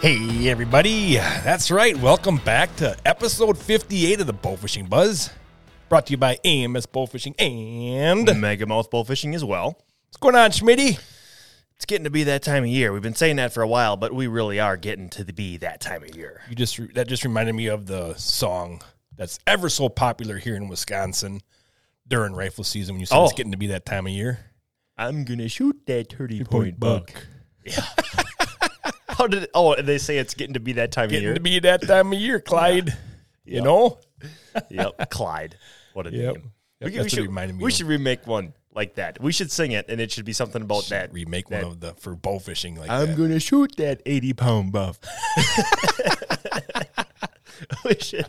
Hey, everybody. That's right. Welcome back to episode 58 of the Bowfishing Buzz, brought to you by AMS Bowfishing. And what's mega mouth bull fishing as well. going on, Schmitty? It's getting to be that time of year. We've been saying that for a while, but we really are getting to the be that time of year. You just that just reminded me of the song that's ever so popular here in Wisconsin during rifle season when you said it's Oh. getting to be that time of year. I'm gonna shoot that thirty point buck. How did? Oh, and they say it's getting to be that time Getting of to year. be that time of year, Clyde. You know? yep, Clyde. What a Yep. name. Yep, we, that's we what should reminded me we of. should remake one like that. We should sing it, and it should be something about that. Remake that- one of the for bowfishing like that. gonna shoot that eighty pound buff. we should.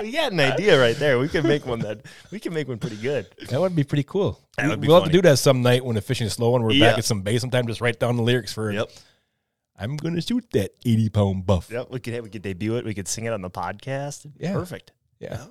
we got an idea right there. We can make one that we can make one pretty good. That would be pretty cool. That we, would be will have to funny. do that some night when the fishing's slow and we're Yeah. back at some bay. Sometime just write down the lyrics for I'm gonna shoot that 80 pound buff. Yep, we could we could debut it. We could sing it on the podcast. Yeah. Perfect. Yeah.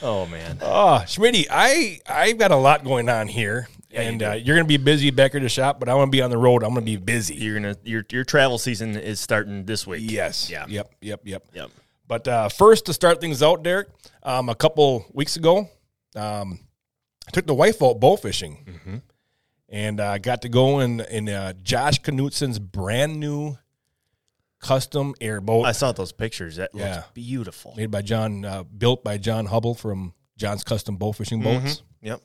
Oh man. Oh, Schmitty, I I've got a lot going on here, and uh, you're gonna be busy back at the shop, but I want to be on the road. I'm gonna be busy. You're gonna your your travel season is starting this week. Yes. Yeah. Yep. Yep. Yep. Yep. But uh, first, to start things out, Derek, um, a couple weeks ago, um, I took the wife out bow fishing, Mm-hmm. and uh, got to go in in uh, Josh Knutsen's brand new custom airboat I saw those pictures. That looks Yeah. beautiful. made by John, uh, built by John Hubble from John's Custom Bow Fishing Boats. Yep.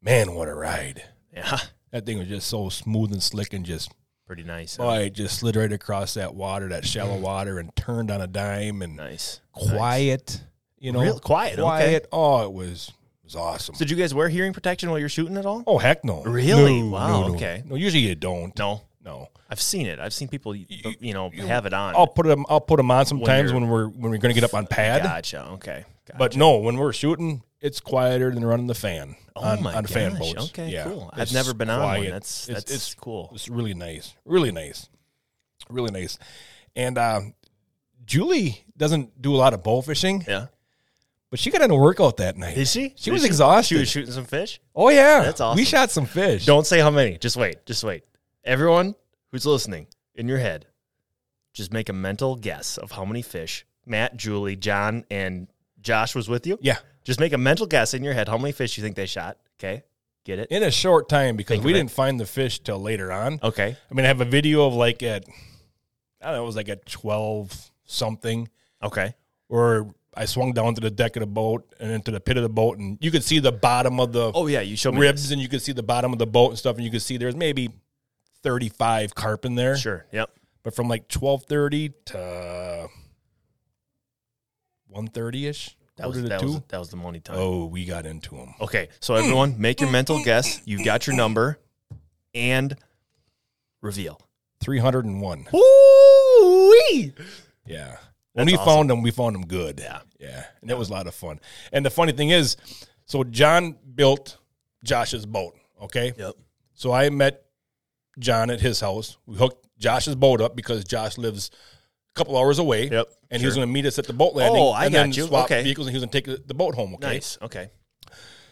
Man, what a ride! Yeah. That thing was just so smooth and slick and just Pretty nice. boy, it just slid right across that water, that shallow water, and turned on a dime and Mm. nice. quiet. You know, Real quiet, okay. quiet. Oh, it was it was awesome. So did you guys wear hearing protection while you're shooting at all? oh heck no! Really? No, Wow, no, no. okay. No, usually you don't. No. No. I've seen it. I've seen people you, you know have it on. I'll put them. I'll put them on sometimes you're- when, we're when we're going to get up on pad. gotcha. Okay. Gotcha. But no, when we're shooting, it's quieter than running the fan Oh on, my on fan gosh, boats. okay, cool. I've It's never been on one. quiet. That's- that's cool. It's really nice. Really nice. Really nice. And uh, Julie doesn't do a lot of bow fishing, yeah. but she got in a workout that night. Is she? She Did was she- exhausted. She was shooting some fish. oh yeah, That's awesome. We shot some fish. Don't say how many. Just wait. Just wait. Everyone who's listening in your head, just make a mental guess of how many fish Matt, Julie, John, and Josh was with you. Yeah, Just make a mental guess in your head how many fish you think they shot. Okay. Get it? in a short time because Think we of it. didn't find the fish till later on. Okay. I mean, I have a video of like at I don't know, it was like at twelve something. Okay. where I swung down to the deck of the boat and into the pit of the boat, and you could see the bottom of the Oh, yeah. You showed me. ribs, and you could see the bottom of the boat and stuff, and you could see there's maybe 35 carp in there. this. Sure. Yep. But from like 12:30 to 1:30 ish, That was, quarter to that, two. was, that was the money time. oh, we got into them. Okay. So, everyone, make your mental guess. You've got your number and reveal. 301. Ooh-wee. Yeah. When That's we awesome. found them, we found them good. Yeah. Yeah. And it was a lot of fun. And the funny thing is, so John built Josh's boat. Okay. Yep. So I met John at his house. We hooked Josh's boat up because Josh lives a couple hours away. Yep, And he sure. was going to meet us at the boat landing. Oh, I and got then you. Swap Okay. vehicles, and he was going to take the boat home. Okay. Nice. Okay.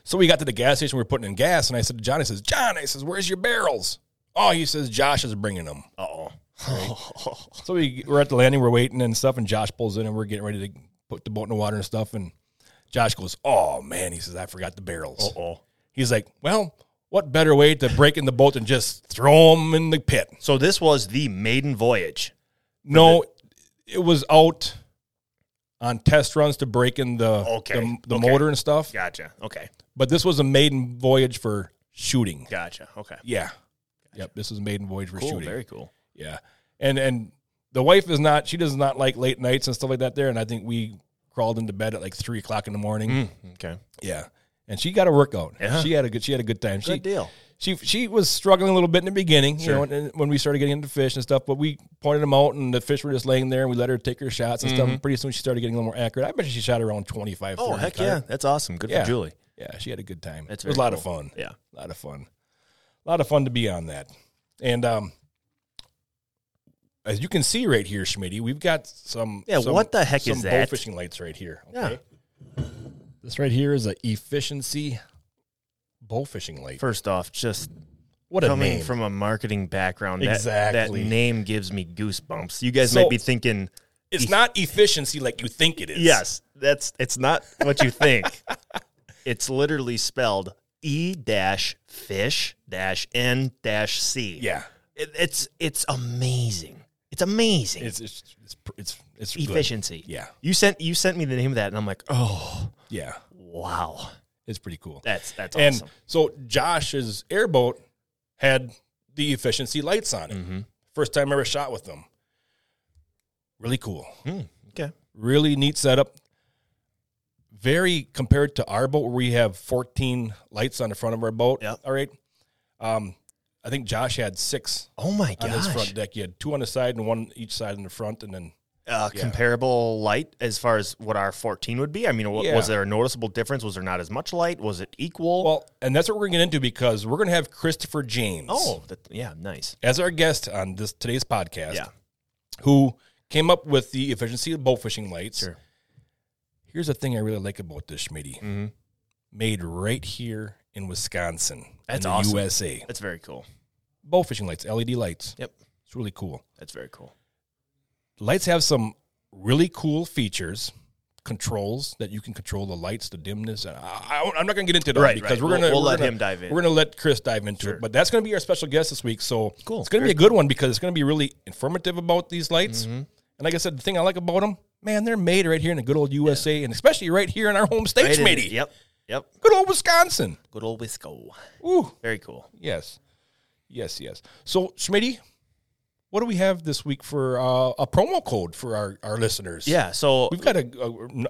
So we got to the gas station. We were putting in gas, and I said to John, I says, John, I says, where's your barrels? Oh, he says, Josh is bringing them. Uh oh. So we, we're at the landing, we're waiting and stuff, and Josh pulls in and we're getting ready to put the boat in the water and stuff. And Josh goes, Oh man, he says, I forgot the barrels. oh. He's like, Well, what better way to break in the boat than just throw them in the pit? So this was the maiden voyage. No, it was out on test runs to break in the, Okay, the, the okay. motor and stuff, Gotcha. Okay. but this was a maiden voyage for shooting. Gotcha. Okay. Yeah. Yep, this was a maiden voyage for Cool. shooting. Very cool. Yeah, and and the wife is not. She does not like late nights and stuff like that. There, and I think we crawled into bed at like three o'clock in the morning. Hmm. Okay. Yeah, and she got a workout. Mm. Yeah. She had a good. She had a good time. She Good deal. she she was struggling a little bit in the beginning, you Sure. know, and- and when we started getting into fish and stuff. But we pointed them out, and the fish were just laying there, and we let her take her shots and stuff. And pretty soon, she started getting a little more accurate. I bet she shot around 25, Mm-hmm. Oh 30 heck carp. yeah! That's awesome. Good Yeah. for Julie. Yeah, she had a good time. That's it was a very lot of cool. fun. Yeah. A lot of fun. A lot of fun to be on that. And um as you can see right here, Schmitty, we've got some Yeah, some- what the heck some is that? bow fishing lights right here. Yeah. Okay. This right here is a efficiency bow fishing light. First off, just What a Coming name! from a marketing background, that, Exactly. that name gives me goosebumps. You guys So- might be thinking, it's not efficiency like you think it is. e- yes, that's it's not what you think. it's literally spelled E dash fish dash N dash C. Yeah. It, it's it's amazing. It's amazing. It's it's it's pr- it's, it's good. efficiency. Yeah. You sent you sent me the name of that, and I'm like, oh Yeah. wow, It's pretty cool. that's that's and awesome. so Josh's airboat had the efficiency lights on it. Mhm. First time I ever shot with them. Really cool. Hmm, Okay, Really neat setup. Very compared to our boat where we have 14 lights on the front of our boat. Yep. All right. Um, I think Josh had six oh my on his front gosh, deck. You had two on the side and one each side in the front, and then uh, comparable light as far as what our 14 would be. I mean, wa- Yeah. was there a noticeable difference? Was there not as much light? Was it equal? well, and that's what we're going to get into because we're going to have Christopher James. oh, that, yeah, nice. as our guest on this today's podcast, Yeah. who came up with the efficiency of bow fishing lights. Sure. Here's the thing I really like about this, Schmitty. Mm-hmm. Made right here in Wisconsin, in That's the awesome. USA. That's very cool. Bow fishing lights, LED lights. Yep, It's really cool. that's very cool. Lights have some really cool features, controls that you can control the lights, the dimness. And I, I, am not going to get into it all Right, because right. we're We'll- going to we'll let him dive in. We're going to let Chris dive into Sure. it, but that's going to be our special guest this week. So Cool. Mm-hmm. it's going to be a good one because it's going to be really informative about these lights. And like I said, the thing I like about them, man, they're made right here in the good old USA, and especially right here in our home state, Right in- matey. Yep, yep. Good old Wisconsin. Good old Wisco. Ooh, Very cool. yes, yes, yes. So Schmitty. What do we have this week for uh, a promo code for our, our listeners? Yeah. So We've got a,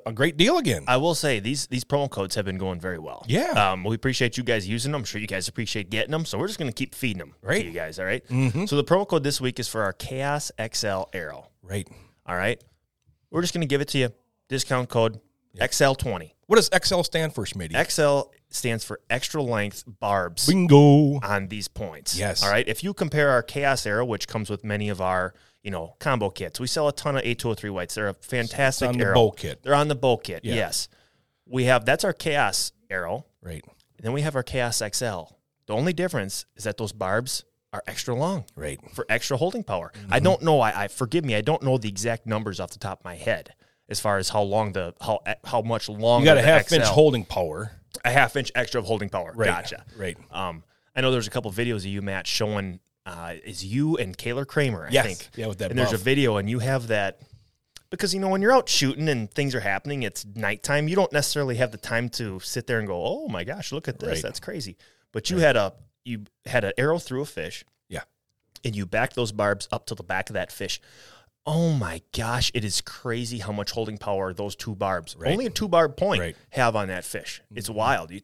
a, a great deal again. I will say these these promo codes have been going very well. Yeah. Um, we appreciate you guys using them. I'm sure you guys appreciate getting them. So we're just going to keep feeding them Right. to you guys. All right? Mm-hmm. So the promo code this week is for our Chaos XL Arrow. right. All right. We're just going to give it to you. Discount code XL20. What does XL stand for, Schmitty? XL stands for extra length barbs Bingo. on these points. Yes. All right. If you compare our Chaos Arrow, which comes with many of our, you know, combo kits, we sell a ton of A203 whites. They're a fantastic on the arrow. bow kit. They're on the bow kit. Yes. We have that's our Chaos Arrow. Right. And then we have our Chaos XL. The only difference is that those barbs are extra long Right. for extra holding power. I Mm-hmm. don't know. I, I forgive me. I don't know the exact numbers off the top of my head as far as how long the how how much longer You got a the half inch XL holding power. a half inch extra of holding power. Right. Gotcha. Right. Um, I know there's a couple videos of you, Matt, showing uh, is you and Kaylor Kramer. I Yes. think. Yeah, with that And there's buff. a video, and you have that because you know when you're out shooting and things are happening, it's nighttime. You don't necessarily have the time to sit there and go, "Oh my gosh, look at this, Right. that's crazy." But you had a you had an arrow through a fish, Yeah. and you back those barbs up to the back of that fish. Oh my gosh, it is crazy how much holding power those two barbs, only a two barb point, Right. Mm-hmm. have on that fish. It's wild. You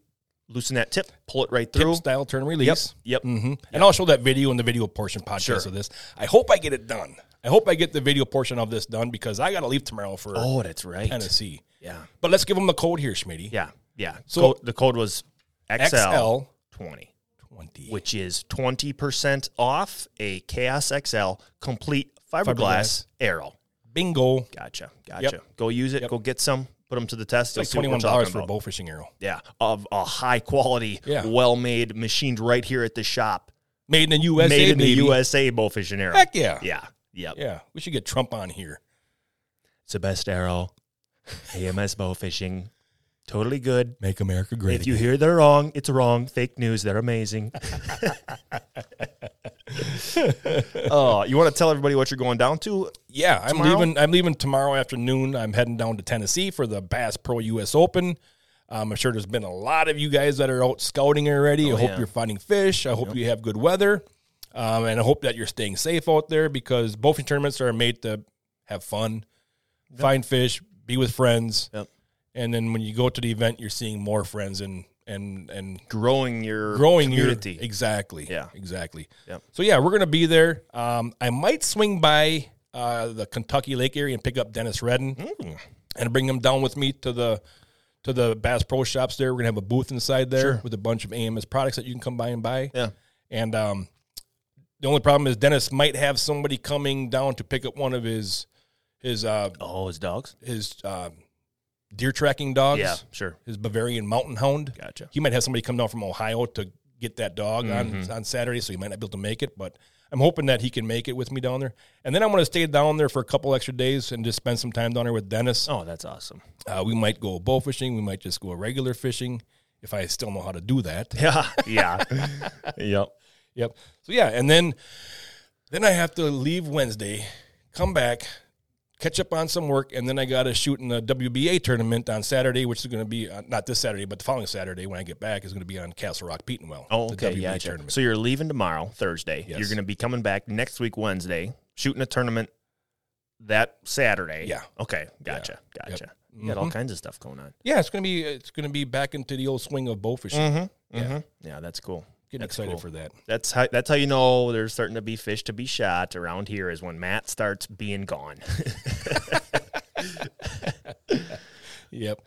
loosen that tip, pull it right Tip through. style turn release. Yep. hmm And I'll show that video in the video portion podcast of this. I hope I get it done. I hope I get the video portion of this done because I got to leave tomorrow for Oh, that's right. Tennessee. Yeah. But let's give them the code here, Schmitty. Yeah. Yeah. So So- the code was XL20, XL20. which is 20% off a Chaos XL complete fiberglass, Fiberglass. arrow. Bingo. Gotcha. Gotcha. Go use it. Go get some. Put them to the test. Like you'll see what we're $21 talking for a about. bow fishing arrow. Yeah. Of a high quality, Yeah. well made, machined right here at the shop. Made in the USA. made in the baby. USA bullfish and arrow. Heck yeah. Yeah. Yep. Yeah. We should get Trump on here. It's the best arrow. AMS bow fishing. Totally good. Make America great. If you hear they're wrong, it's wrong. Fake news, they're amazing. oh, you want to tell everybody what you're going down to? Yeah, I'm Tomorrow? leaving. I'm leaving tomorrow afternoon. I'm heading down to Tennessee for the Bass Pro U.S. Open. Um, I'm sure there's been a lot of you guys that are out scouting already. I hope Oh, yeah. you're finding fish. I hope you have good weather, um, and I hope that you're staying safe out there because both tournaments are made to have fun, find fish, be with friends, Yep. and then when you go to the event, you're seeing more friends and and and Growing your growing community. your exactly Yeah. exactly Yep. so yeah we're gonna be there um, i might swing by uh, the kentucky lake area and pick up dennis redden Hmm. and bring him down with me to the to the bass pro shops there we're gonna have a booth inside there with a bunch of ams products that you can come by and buy Yeah. and um, the only problem is dennis might have somebody coming down to pick up one of his his uh Oh, his dogs? his uh, deer tracking dogs Yeah, sure. his Bavarian Mountain Hound. Gotcha. He might have somebody come down from Ohio to get that dog Mm-hmm. on on Saturday, so he might not be able to make it. But I'm hoping that he can make it with me down there. And then I'm going to stay down there for a couple extra days and just spend some time down there with Dennis. Oh, that's awesome. Uh, we might go bow fishing. We might just go regular fishing if I still know how to do that. Yeah. Yeah. yep. Yep. So yeah, and then then I have to leave Wednesday, come back, catch up on some work, and then I got to shoot in the WBA tournament on Saturday, which is going to be uh, not this Saturday, but the following Saturday when I get back is going to be on Castle Rock Petenwell. Oh, the okay. WBA Yeah. tournament. So you're leaving tomorrow, Thursday. Yes. You're going to be coming back next week, Wednesday, shooting a tournament that Saturday. Yeah. Mm-hmm. Okay. Gotcha. Gotcha. You got all kinds of stuff going on. Yeah, it's going to be it's going to be back into the old swing of bow fishing. Yeah. Yeah. That's cool. Getting Mm. That's excited cool. for that. That's how that's how you know there's starting to be fish to be shot around here is when Matt starts being gone. Yep.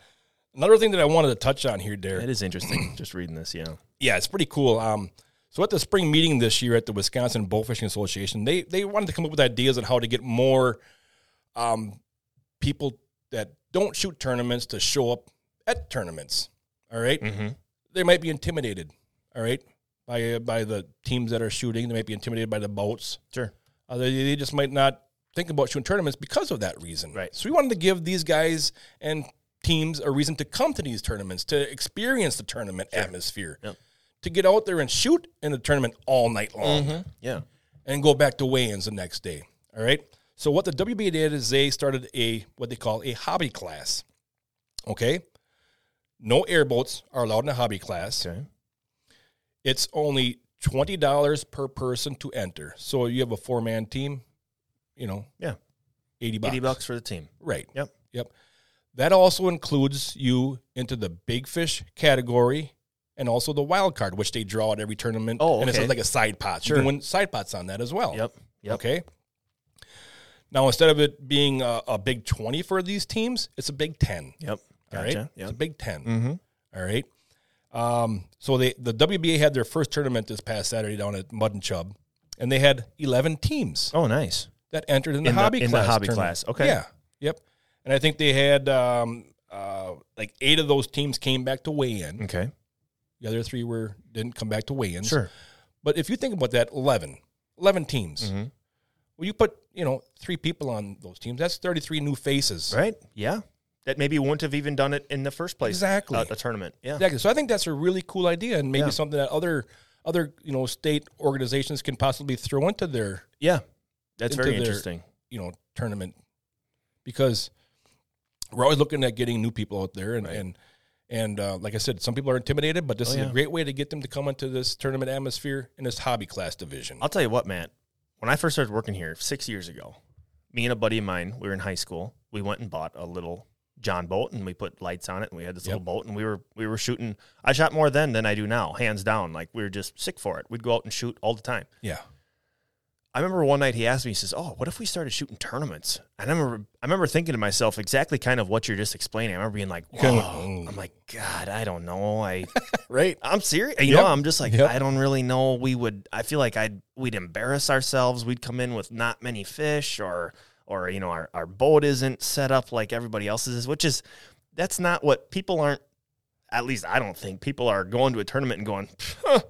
Another thing that I wanted to touch on here, Derek. that is interesting. Just reading this, yeah. yeah, it's pretty cool. Um, so at the spring meeting this year at the Wisconsin Bullfishing Association, they they wanted to come up with ideas on how to get more um, people that don't shoot tournaments to show up at tournaments. All right? Mm-hmm. they might be intimidated. All right, by by the teams that are shooting, they might be intimidated by the boats. Sure. Uh, they, they just might not think about shooting tournaments because of that reason. Right. So we wanted to give these guys and teams a reason to come to these tournaments, to experience the tournament atmosphere, Yep. to get out there and shoot in a tournament all night Mm-hmm. long Yeah. and go back to weigh-ins the next day. All right. So what the WBA did is they started a what they call a hobby class. Okay. No airboats are allowed in a hobby class. Okay. It's only twenty dollars per person to enter. So you have a four man team, you know, Yeah. eighty bucks. Eighty bucks for the team. Right. Yep. Yep. That also includes you into the big fish category and also the wild card, which they draw at every tournament. Oh, and okay. it's like a side pot. You Sure. can win side pots on that as well. Yep. Yep. Okay. Now instead of it being a, a big twenty for these teams, it's a big ten. Yep. All Gotcha. Mm-hmm. right, it's Yep. a Big 10 All right. Um, so they the WBA had their first tournament this past Saturday down at Mud and Chub, and they had eleven teams Oh, nice. that entered in the In the- hobby in the class. hobby tournament. class, okay. Yeah. Yep. And I think they had um, uh, like eight of those teams came back to weigh in. Okay. The other three were didn't come back to weigh in. Mm. Sure. But if you think about that, 11, 11 teams. Mm. Mm-hmm. Well, you put you know three people on those teams. That's thirty three new faces. Right. Yeah. That maybe wouldn't have even done it in the first place. Exactly. uh, a tournament. Yeah. Exactly. So I think that's a really cool idea, and maybe Yeah. something that other other you know state organizations can possibly throw into their Yeah. That's Into very their- interesting. you know tournament, because we're always looking at getting new people out there, and and and uh, like I said, some people are intimidated, but this is Oh, yeah. a great way to get them to come into this tournament atmosphere in this hobby class division. I'll tell you what, Matt. When I first started working here six years ago, me and a buddy of mine, we were in high school. We went and bought a little John boat, and we put lights on it, and we had this little boat, and we were we were shooting. I shot more then than I do now, hands down. Like we were just sick for it. We'd go out and shoot all the time. yeah. I remember one night he asked me, he says, "Oh, what if we started shooting tournaments?" And I remember, I remember thinking to myself exactly kind of what you're just explaining. I remember being like, kinda "Whoa." went, "Ooh." I'm like, God, I don't know. I, Right. I'm serious. You Yep. know, I'm just like, Yep. I don't really know. We would, I feel like I'd, we'd embarrass ourselves. We'd come in with not many fish, or, or you know, our our boat isn't set up like everybody else's is, which is, that's not what people aren't. At least I don't think people are going to a tournament and going. Huh,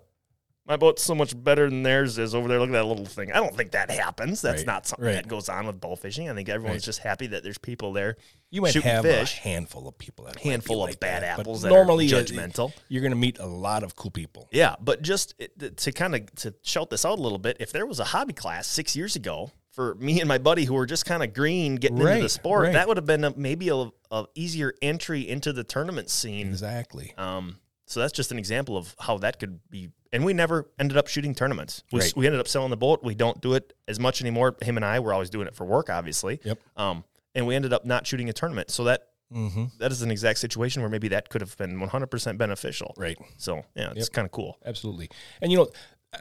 my boat's so much better than theirs is over there. Look at that little thing. I don't think that happens. That's Right, not something right. that goes on with bow fishing. I think everyone's Right. just happy that there's people there. You might shooting have fish. a handful of people. That might be handful of like bad that, but apples that normally are it- judgmental. You're going to meet a lot of cool people. Yeah, but just it- th- to kind of to shout this out a little bit, if there was a hobby class six years ago for me and my buddy who were just kind of green getting into the Right, sport, right. that would have been a, maybe a, a easier entry into the tournament scene. Exactly. Um, so that's just an example of how that could be. And we never ended up shooting tournaments. We, s- Right. we ended up selling the boat. We don't do it as much anymore. Him and I were always doing it for work, obviously. Yep. Um, and we ended up not shooting a tournament. So that Mm-hmm. that is an exact situation where maybe that could have been 100% beneficial. Right. So yeah, it's kind of cool. absolutely. And you know,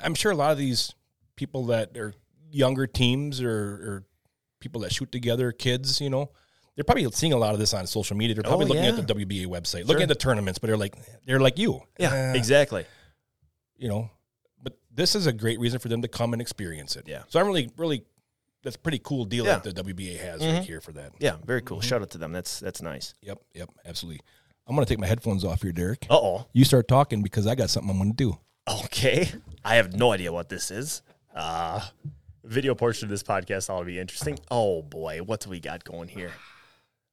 I'm sure a lot of these people that are younger teams or, or people that shoot together, kids, you know, they're probably seeing a lot of this on social media. They're probably Oh, looking yeah. at the WBA website, looking at the tournaments, but they're like, they're like you, Yeah, Eh, exactly. you know. But this is a great reason for them to come and experience it. Yeah. So I'm really, really, that's a pretty cool deal Yeah. Mm-hmm. that the WBA has right here for that. Yeah, very cool. Shout out to them. That's that's nice. Yep, yep, absolutely. I'm gonna take my headphones off here, Derek. Uh oh. You start talking because I got something I'm gonna do. Okay. I have no idea what this is. Uh, video portion of this podcast ought to be interesting. Oh boy, what do we got going here?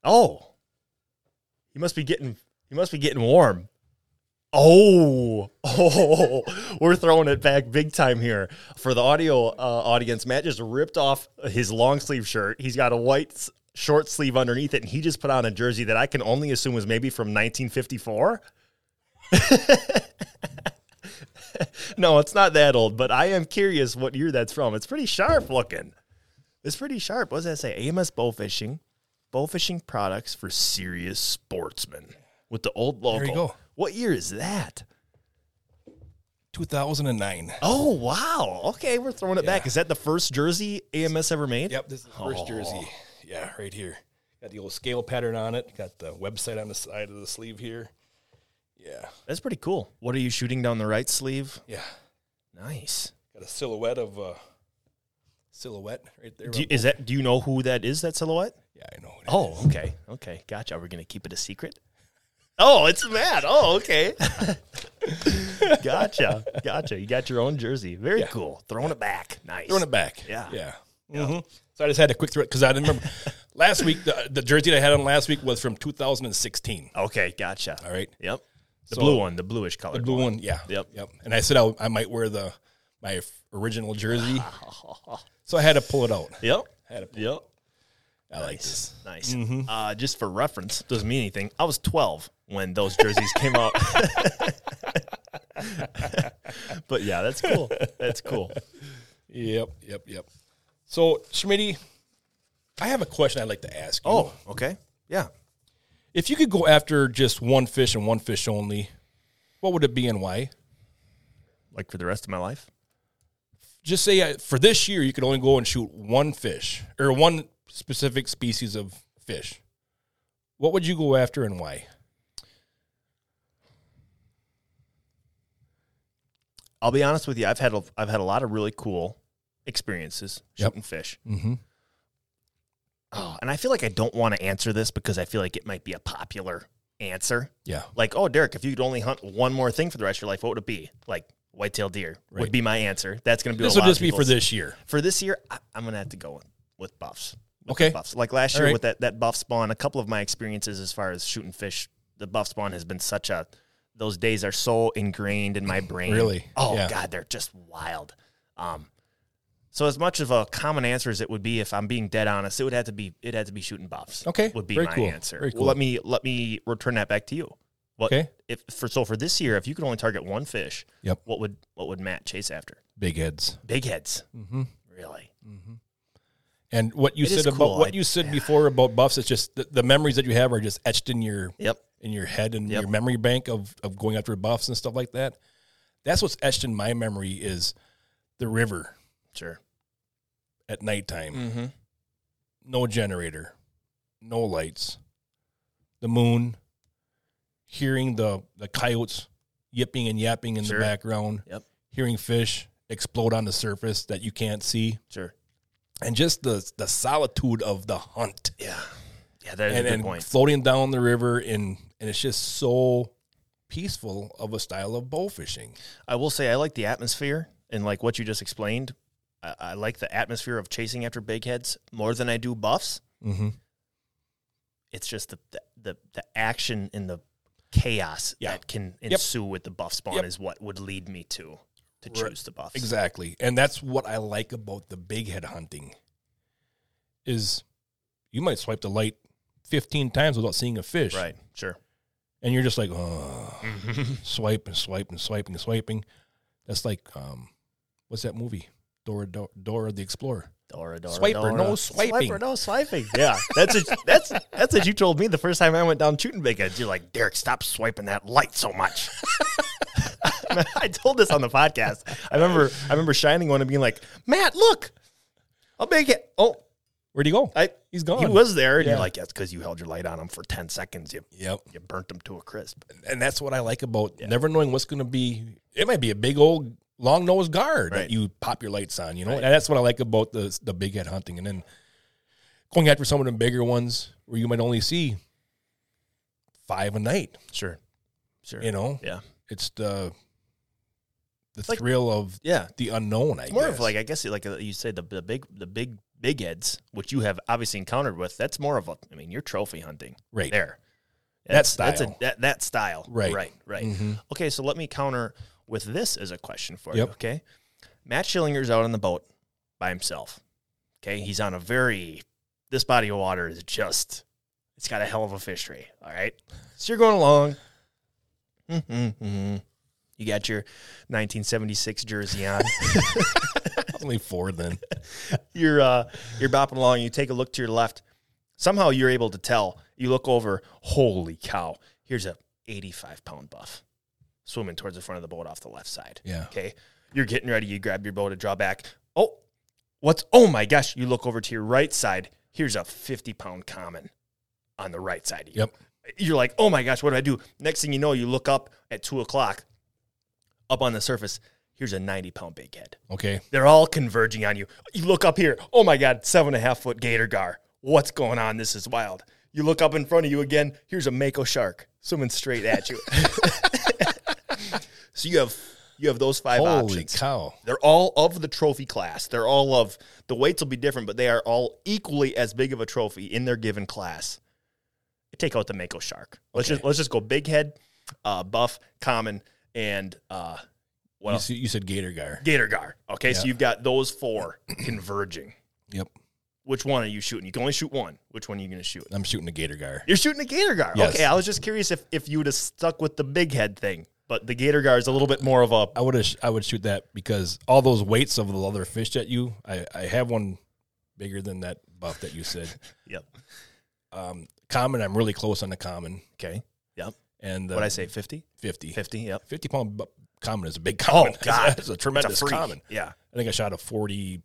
Oh, he must be getting he must be getting warm. Oh, oh, we're throwing it back big time here for the audio uh, audience. Matt just ripped off his long sleeve shirt. He's got a white s- short sleeve underneath it, and he just put on a jersey that I can only assume was maybe from 1954. no, it's not that old, but I am curious what year that's from. It's pretty sharp looking. It's pretty sharp. What does that say? AMS bow fishing, bow fishing products for serious sportsmen with the old logo. you go. What year is that? 2009. Oh wow! Okay, we're throwing it back. Is that the first jersey AMS ever made? Yep, this is the first Oh. jersey. Yeah, right here. Got the old scale pattern on it. Got the website on the side of the sleeve here. Yeah, that's pretty cool. What are you shooting down the right sleeve? yeah. Nice. Got a silhouette of uh, silhouette right there. Do you, is that? Do you know who that is? That silhouette? yeah, I know. What it Oh, okay, okay, gotcha. We're gonna keep it a secret. Oh, it's Matt. Oh, okay. gotcha, gotcha. You got your own jersey. Very cool. Throwing it back. Nice. Throwing it back. Yeah. Yeah. hmm So I just had to quick through it because I didn't remember. last week, the, the jersey that I had on last week was from 2016. Okay, gotcha. All right. Yep. The So- blue one, the bluish color. The blue one. Yeah. Yep. Yep. And I said I, I might wear the my f- original jersey. so I had to pull it out. Yep. I had to pull Yep. I like this. Mm-hmm. Nice. Uh, just for reference, doesn't mean anything. I was 12 when those jerseys came out. but yeah, that's cool. That's cool. Yep. Yep. Yep. So Schmitty, I have a question I'd like to ask you. Oh, okay. Yeah. If you could go after just one fish and one fish only, what would it be and why? Like for the rest of my life? Just say uh, for this year, you could only go and shoot one fish or one specific species of fish. What would you go after and why? I'll be honest with you. I've had a, I've had a lot of really cool experiences Yep. shooting fish. Mm-hmm. Oh, and I feel like I don't want to answer this because I feel like it might be a popular answer. Yeah. Like, oh, Derek, if you could only hunt one more thing for the rest of your life, what would it be? Like whitetail deer Right. would be my answer. That's going to be This a would lot of just be for people's- this year. for this year, I, I'm gonna have to go with, with buffs. With Okay. the buffs. Like last All year right. with that that buff spawn, a couple of my experiences as far as shooting fish, the buff spawn has been such a. Those days are so ingrained in my brain. Really? Oh Yeah. God, they're just wild. Um, so as much of a common answer as it would be, if I'm being dead honest, it would have to be it had to be shooting buffs. Okay. would be Very my cool. answer. Very Well, let me let me return that back to you. What Okay. if for so for this year, if you could only target one fish, Yep. what would what would Matt chase after? Big heads. Big heads, Mm-hmm. really. And what you It is said about cool. what I- you said before about buffs, it's just the, the memories that you have are just etched in your Yep. in your head and Yep. your memory bank of of going after buffs and stuff like that. That's what's etched in my memory is the river Sure. at nighttime, Mm-hmm. no generator, no lights, the moon, hearing the the coyotes yipping and yapping in Sure. the background, Yep. hearing fish explode on the surface that you can't see, Sure. and just the the solitude of the hunt. Yeah. Yeah, that is and, a good and point. floating down the river and and it's just so peaceful of a style of bow fishing. I will say I like the atmosphere and like what you just explained. I, I like the atmosphere of chasing after big heads more than I do buffs. Mm-hmm. It's just the the the, the action and the chaos Yeah. that can ensue with the buff spawn Yep. is what would lead me to to Right. choose the buffs. Exactly, and that's what I like about the big head hunting. Is you might swipe the light fifteen times without seeing a fish, Right. Sure. And you're just like, oh, swipe and swipe and swiping and swiping. That's like, um, what's that movie? Dora, Dora, Dora the Explorer. Dora, Dora, Swiper, Dora. no swiping. Swiper, no swiping. Yeah, that's what, that's that's what you told me the first time I went down shooting big heads. You're like, Derek, stop swiping that light so much. I told this on the podcast. I remember I remember shining one and being like, Matt, look, I'll make it. Oh, Where'd he go? I He's gone. he was there, and Yeah. you're like, that's because you held your light on him for ten seconds. You Yep. you burnt him to a crisp. and that's what I like about never knowing what's going to be. It might be a big old long nosed guard Right. that you pop your lights on, you know. And that's what I like about the the big head hunting, and then going after some of the bigger ones where you might only see five a night. Sure, sure. You know, Yeah, it's the the like- thrill of Yeah. the unknown. I More guess. of like I guess like uh you say the, the big the big big heads which you have obviously encountered with that's more of a I mean you're trophy hunting right there That that's a style. that, that style Right. right right Mhm. okay so let me counter with this as a question for Yep. you okay Matt Schillinger's out on the boat by himself okay he's on a very this body of water is just it's got a hell of a fishery all right so you're going along Mhm, mhm. you got your 1976 jersey on. Only four then. you're uh, you're bopping along. You take a look to your left. Somehow you're able to tell. You look over. Holy cow! Here's a 85 pound buff swimming towards the front of the boat off the left side. Yeah. Okay, you're getting ready. You grab your boat to draw back. Oh, what's? Oh my gosh! You look over to your right side. Here's a 50 pound common on the right side of you. Yep. You're like, oh my gosh, what do I do? Next thing you know, you look up at two o'clock. Up on the surface, here's a 90 pound big head. Okay. They're all converging on you. You look up here. Oh my God, seven and a half foot gator gar. What's going on? This is wild. You look up in front of you again. Here's a mako shark swimming straight at you. so you have you have those five Holy options. cow. They're all of the trophy class. They're all of the weights will be different, but they are all equally as big of a trophy in their given class. Take out the mako shark. Let's Okay. just let's just go big head, uh, buff, common, and uh, what You, else? s- you said Gator Gar. Gator Gar. Okay, so Yeah. you've got those four converging. Yep. Which one are you shooting? You can only shoot one. Which one are you going to shoot? I'm shooting a Gator Gar. You're shooting a Gator Gar. Yes. Okay, I was just curious if, if you would have stuck with the big head thing, but the Gator Gar is a little bit more of a. I would have. I would shoot that because all those weights of the other fish that you. I, I have one bigger than that buff that you said. Yep. Um, common. I'm really close on the common Okay. Yep. and the What I say, 50? 50. 50, yep. 50 pound bu- common is a big common. Oh, God. it's a tremendous freak. common. Yeah. I think I shot a 40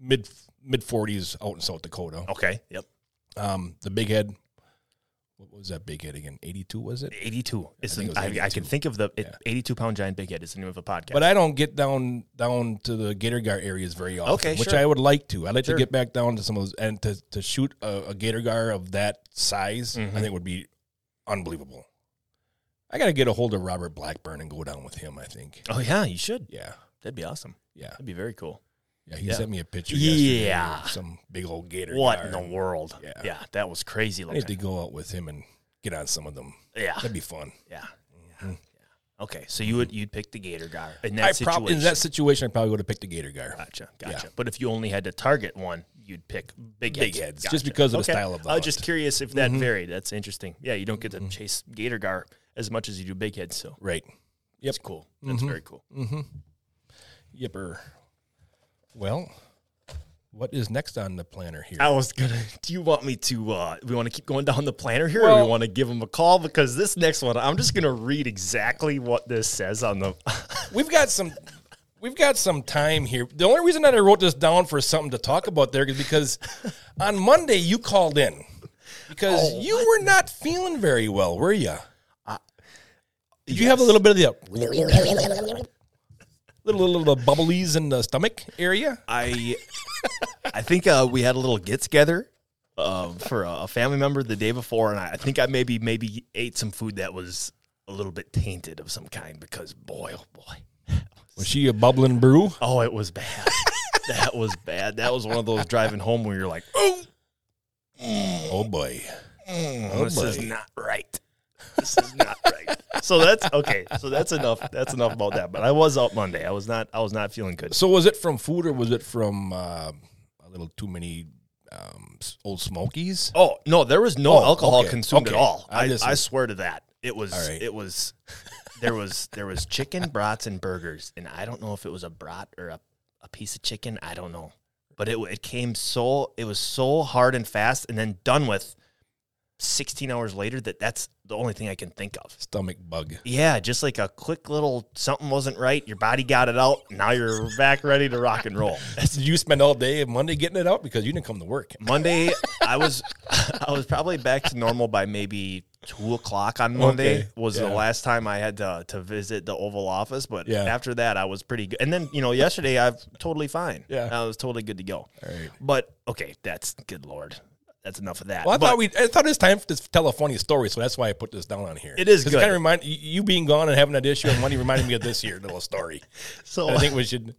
mid mid 40s out in South Dakota. Okay. Yep. Um, the big head. What was that big head again? 82 was it? 82. It's think the- it was I, I 82. can think of the it, Yeah. 82 pound giant big head is the name of a podcast. But uh, I don't get down down to the Gator Gar areas very often, Okay, which sure. I would like to. I'd like Sure. to get back down to some of those and to, to shoot a, a Gator Gar of that size. Mm-hmm. I think would be unbelievable. I got to get a hold of Robert Blackburn and go down with him. I think. oh, yeah, you should. Yeah, That'd be awesome. yeah, That'd be very cool. yeah. He Yeah. sent me a picture. Yeah. yesterday of some big old Gator. What Gar. in the world? Yeah. Yeah, that was crazy I need to looking. go out with him and get on some of them. Yeah. That'd be fun. Yeah. Yeah. Okay, so you would you'd pick the Gator guy in that Hmm. I situation. Uh, prob- in that situation, I probably would have picked the Gator Gar. gotcha, gotcha. But if you only had to target one, you'd pick big heads. Big heads, just because of the style of the I was hunt. Mm-hmm. just curious if that varied. That's interesting. Yeah, you don't get to chase Gator gar as much as you do big heads. So Right. it's cool. Mm-hmm. That's very cool. Yipper. Well, what is next on the planner here? I was gonna. Do you want me to? uh We want to keep going down the planner here, or Well- we want to give him a call because this next one, I'm just gonna read exactly what this says on the. We've got some we've got some time here. The only reason that I wrote this down for something to talk about there is because on Monday you called in because you were not feeling very well, were you? Uh, Did you have a little bit of the little little, little bubblies in the stomach area? I I think uh, we had a little get together uh, for a, a family member the day before, and I, I think I maybe maybe ate some food that was a little bit tainted of some kind because boy, oh boy, Was she a bubbling brew? oh it was bad. that was bad. That was one of those driving home where you're like, oh, Oh boy. this is not right. This is not right. So that's okay. So that's enough. That's enough about that. But I was out Monday. I was not. I was not feeling good. So was it from food or was it from uh, a little too many um, s- old Smokies? Oh no, there was no Oh, alcohol okay, consumed okay. at all. I I, just- I swear to that. It was right. it was there was there was chicken brats and burgers, and I don't know if it was a brat or a, a piece of chicken. I don't know, but it w- it came so it was so hard and fast, and then done with. 16 hours later that that's the only thing i can think of Stomach bug. yeah just like a quick little something wasn't right your body got it out now you're back ready to rock and roll Did you spend all day Monday getting it out because you didn't come to work? Monday, I was I was probably back to normal by maybe two o'clock on Monday. Okay, Was yeah. the last time I had to to visit the Oval Office, but Yeah. after that, I was pretty good. And then you know, yesterday, i have totally fine. Yeah. I was totally good to go. All right. But okay, that's good lord. that's enough of that. Well, I But- thought we I thought it was time to tell a funny story, so that's why I put this down on here. It is 'Cause good. It kind of remind you- you being gone and having that issue and money reminded me of this here little story. so And I think we should.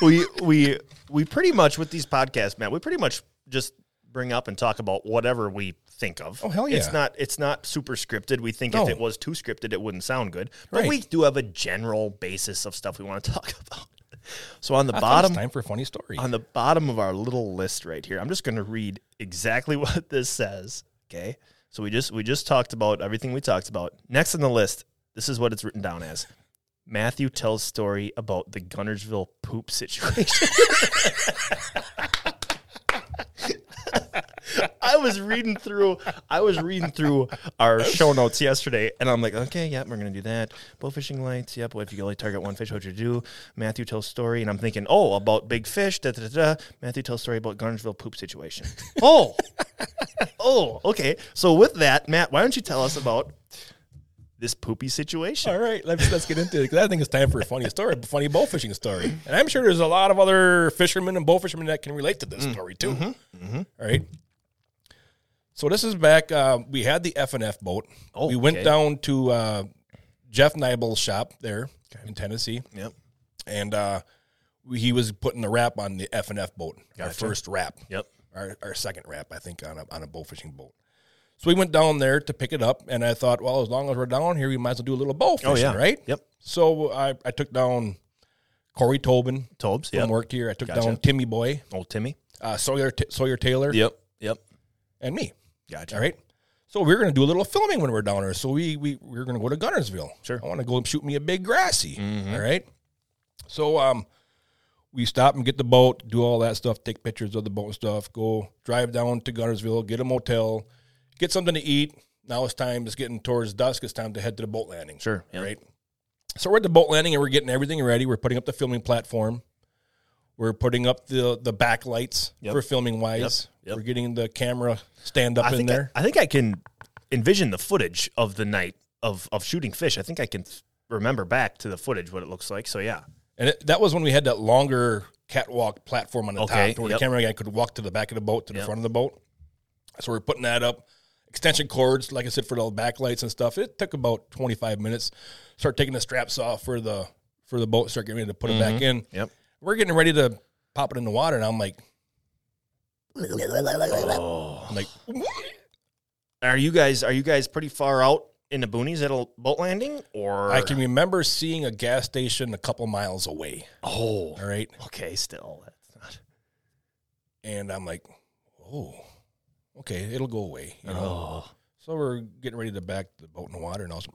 we we we pretty much with these podcasts, Matt, we pretty much just bring up and talk about whatever we think of. Oh, hell yeah. It's not it's not super scripted. We think if No. it was too scripted it wouldn't sound good. But Right. we do have a general basis of stuff we want to talk about. So on the Thought it bottom was time for a funny story. on the bottom of our little list right here. I'm just going to read exactly what this says. Okay. So we just we just talked about everything we talked about. Next on the list, this is what it's written down as. Matthew tells story about the Gunnersville poop situation. I was reading through I was reading through our show notes yesterday and I'm like, okay, yep, we're gonna do that. Bow fishing lights, yep, well, if you only target one fish, what you do? Matthew tells story and I'm thinking, oh, about big fish, da da da. da. Matthew tells story about Garnsville poop situation. oh. Oh, okay. So with that, Matt, why don't you tell us about this poopy situation? All right, let's let's get into it because I think it's time for a funny story, a funny bow fishing story, and I'm sure there's a lot of other fishermen and bow fishermen that can relate to this Mm, story too. mm-hmm, All right. So this is back. Uh, we had the F and F boat. Oh, we went okay. down to uh, Jeff Nibel's shop there in Tennessee, Yep. and uh, we, he was putting the wrap on the F and F boat. Our first wrap Yep. our, our second wrap, I think, on a, on a bow fishing boat. So we went down there to pick it up, and I thought, well, as long as we're down here, we might as well do a little bow fishing, Oh, yeah. right? Yep. So I, I took down Corey Tobin Tobes, from yep. work here. I took Gotcha. down Timmy Boy, Old Timmy. uh, Sawyer T- Sawyer Taylor, Yep. Yep. and me. Gotcha. All right. So we are going to do a little filming when we're down there. So we we we are going to go to Gunnersville. Sure. I want to go and shoot me a big grassy. All right. So um, we stop and get the boat, do all that stuff, take pictures of the boat and stuff. Go drive down to Gunnersville, get a motel, get something to eat. Now it's time. It's getting towards dusk. It's time to head to the boat landing. Sure. Yep. Right. So we're at the boat landing and we're getting everything ready. We're putting up the filming platform. We're putting up the the backlights Yep. for filming wise. Yep. Yep. We're getting the camera stand up I in think there. I, I think I can envision the footage of the night of of shooting fish. I think I can th- remember back to the footage what it looks like. So yeah, And it, that was when we had that longer catwalk platform on the Okay, top to where yep. the camera guy could walk to the back of the boat to the Yep. front of the boat. So we are putting that up. Extension cords, like I said, for the backlights and stuff. It took about 25 minutes. Start taking the straps off for the for the boat, start getting ready to put it back in. Mm-hmm. Yep. We're getting ready to pop it in the water, and I'm like, I'm like, Are you guys are you guys pretty far out in the boonies at a boat landing or I can remember seeing a gas station a couple miles away. Oh, All right. okay. Still, that's not. And I'm like, oh, okay, it'll go away. You know? Oh, So we're getting ready to back the boat in the water, and I was,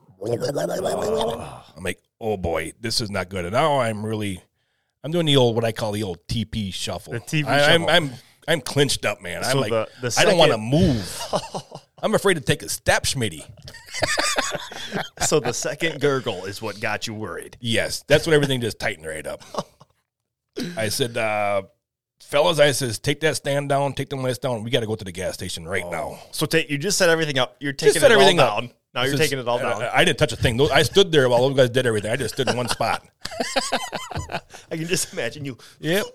Ah. I'm like, oh boy, this is not good. And now I'm really, I'm doing the old what I call the old TP shuffle. The TP I, I'm, shuffle. I'm, I'm clinched up, man. I'm So like, the- the I don't want to second- move. I'm afraid to take a step, Schmitty. so the second gurgle is what got you worried. Yes, that's when everything just tightened right up. I said, uh, fellas, I says, take that stand down, take them lights down. We got to go to the gas station Oh. right now. So take you just set everything up. You're taking set it all everything up. down. Now you're Since- taking it all and I- down. I, didn't touch a thing. Those- I stood there while those guys did everything. I just stood in one spot. I can just imagine you. Yep. So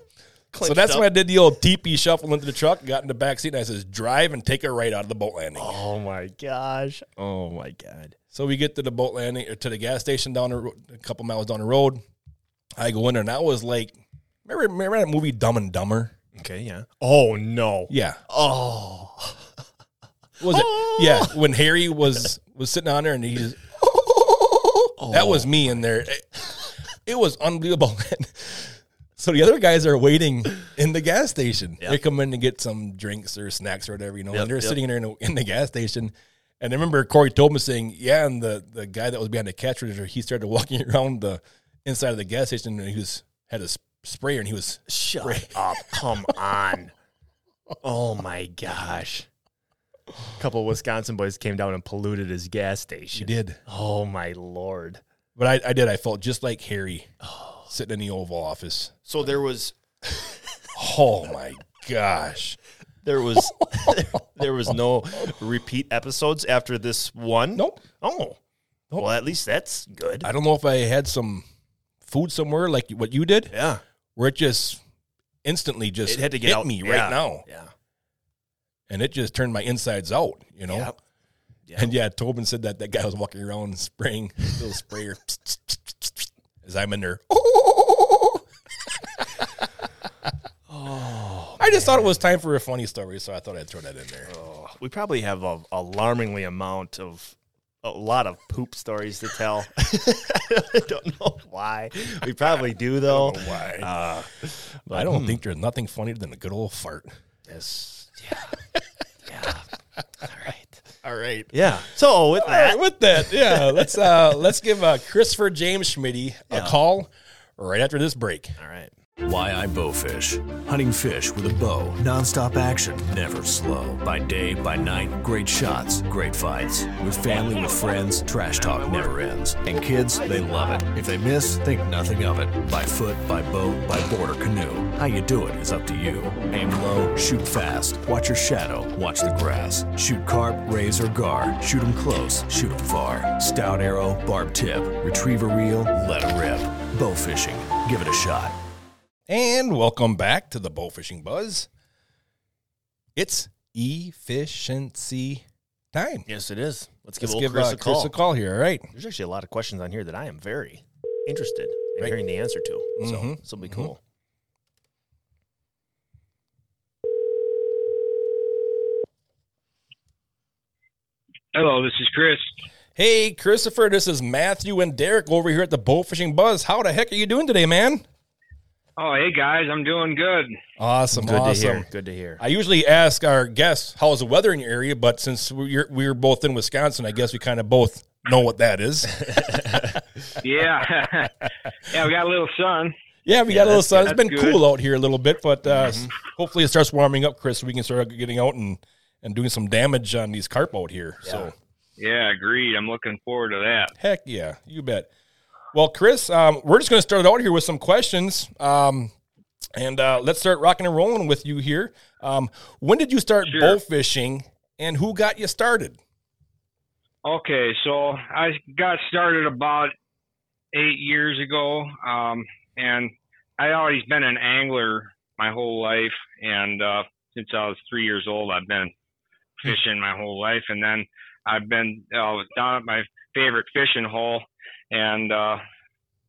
clenched that's up. when I did the old teepee shuffle into the truck, got in the back seat, and I says, "Drive and take it right out of the boat landing." Oh my gosh. Oh my god. So we get to the boat landing or to the gas station down the ro- a couple miles down the road. I go in there, and I was like, "Remember, remember that movie Dumb and Dumber?" Okay. Yeah. Oh no. Yeah, Oh. What was it? Yeah, when Harry was was sitting on there, and he's that was me in there. It, it was unbelievable. so the other guys are waiting in the gas station. They come in to get some drinks or snacks or whatever, you know. Yep, and they're yep. sitting there in the, in the gas station. And I remember Corey told me saying, "Yeah," and the the guy that was behind the cash register, he started walking around the inside of the gas station, and he was had a s- sprayer, and he was Shut up. Come on. Oh my gosh. A couple Wisconsin boys came down and polluted his gas he station. did. Oh my lord. But I, I did. I felt just like Harry Oh. sitting in the Oval Office. So there was Oh my gosh. there was there was no repeat episodes after this one? Nope. Oh. Well, at least that's good. I don't know if I had some food somewhere like what you did, yeah. where it just instantly just It had to get hit out me yeah, right now. Yeah. and it just turned my insides out, you know. Yep. Yep. And yeah, Tobin said that that guy was walking around spraying little sprayer as I'm in there. Oh, I just thought it was time for a funny story, so I thought I'd throw that in there. We probably have a alarmingly amount of a lot of poop stories to tell. I don't know why. We probably do though. Why? Uh, I don't think there's nothing funnier than a good old fart. yes. Yeah. Yeah. All right. All right. Yeah. So with All right, that, with that, yeah, let's uh, let's give uh, Christopher James Schmitty a call right after this break. all right. Why I Bowfish. Hunting fish with a bow. Nonstop action. Never slow. By day, by night. Great shots. Great fights. With family, with friends. Trash talk never ends. And kids, they love it. If they miss, think nothing of it. By foot, by boat, by board or canoe. How you do it is up to you. Aim low, shoot fast. Watch your shadow. Watch the grass. Shoot carp, raise, or gar. Shoot 'em close. Shoot 'em far. Stout arrow, barb tip. Retrieve a reel. Let it rip. Bow fishing. Give it a shot. And welcome back to the Bowfishing Buzz. It's efficiency time. Yes, it is. Let's give Let's old give Chris, uh, a call. Chris a call here. All right. There's actually a lot of questions on here that I am very interested in hearing the answer to. So Mhm. this will be cool. Hello, this is Chris. Hey, Christopher, this is Matthew and Derek over here at the Bowfishing Buzz. How the heck are you doing today, man? Oh, hey guys, I'm doing good. Awesome. Mm-hmm. Good awesome. to hear. Good to hear. I usually ask our guests how's the weather in your area, but since we're we're both in Wisconsin, I guess we kind of both know what that is. Yeah, yeah, we got a little sun. yeah, we got a little sun. It's that's been good. Mm-hmm. cool out here a little bit, but uh, s- hopefully it starts warming up, Chris, so we can start getting out and and doing some damage on these carp out here. So Yeah, agreed. I'm looking forward to that. heck yeah, you bet. Well, Chris, um, we're just going to start out here with some questions. Um, and uh, let's start rocking and rolling with you here. Um, when did you start Sure. bow fishing, and who got you started? Okay, so I got started about eight years ago, um, and I'd always been an angler my whole life, and uh, since I was three years old, I've been fishing my whole life, and then I've been uh, down at my favorite fishing hole, and uh,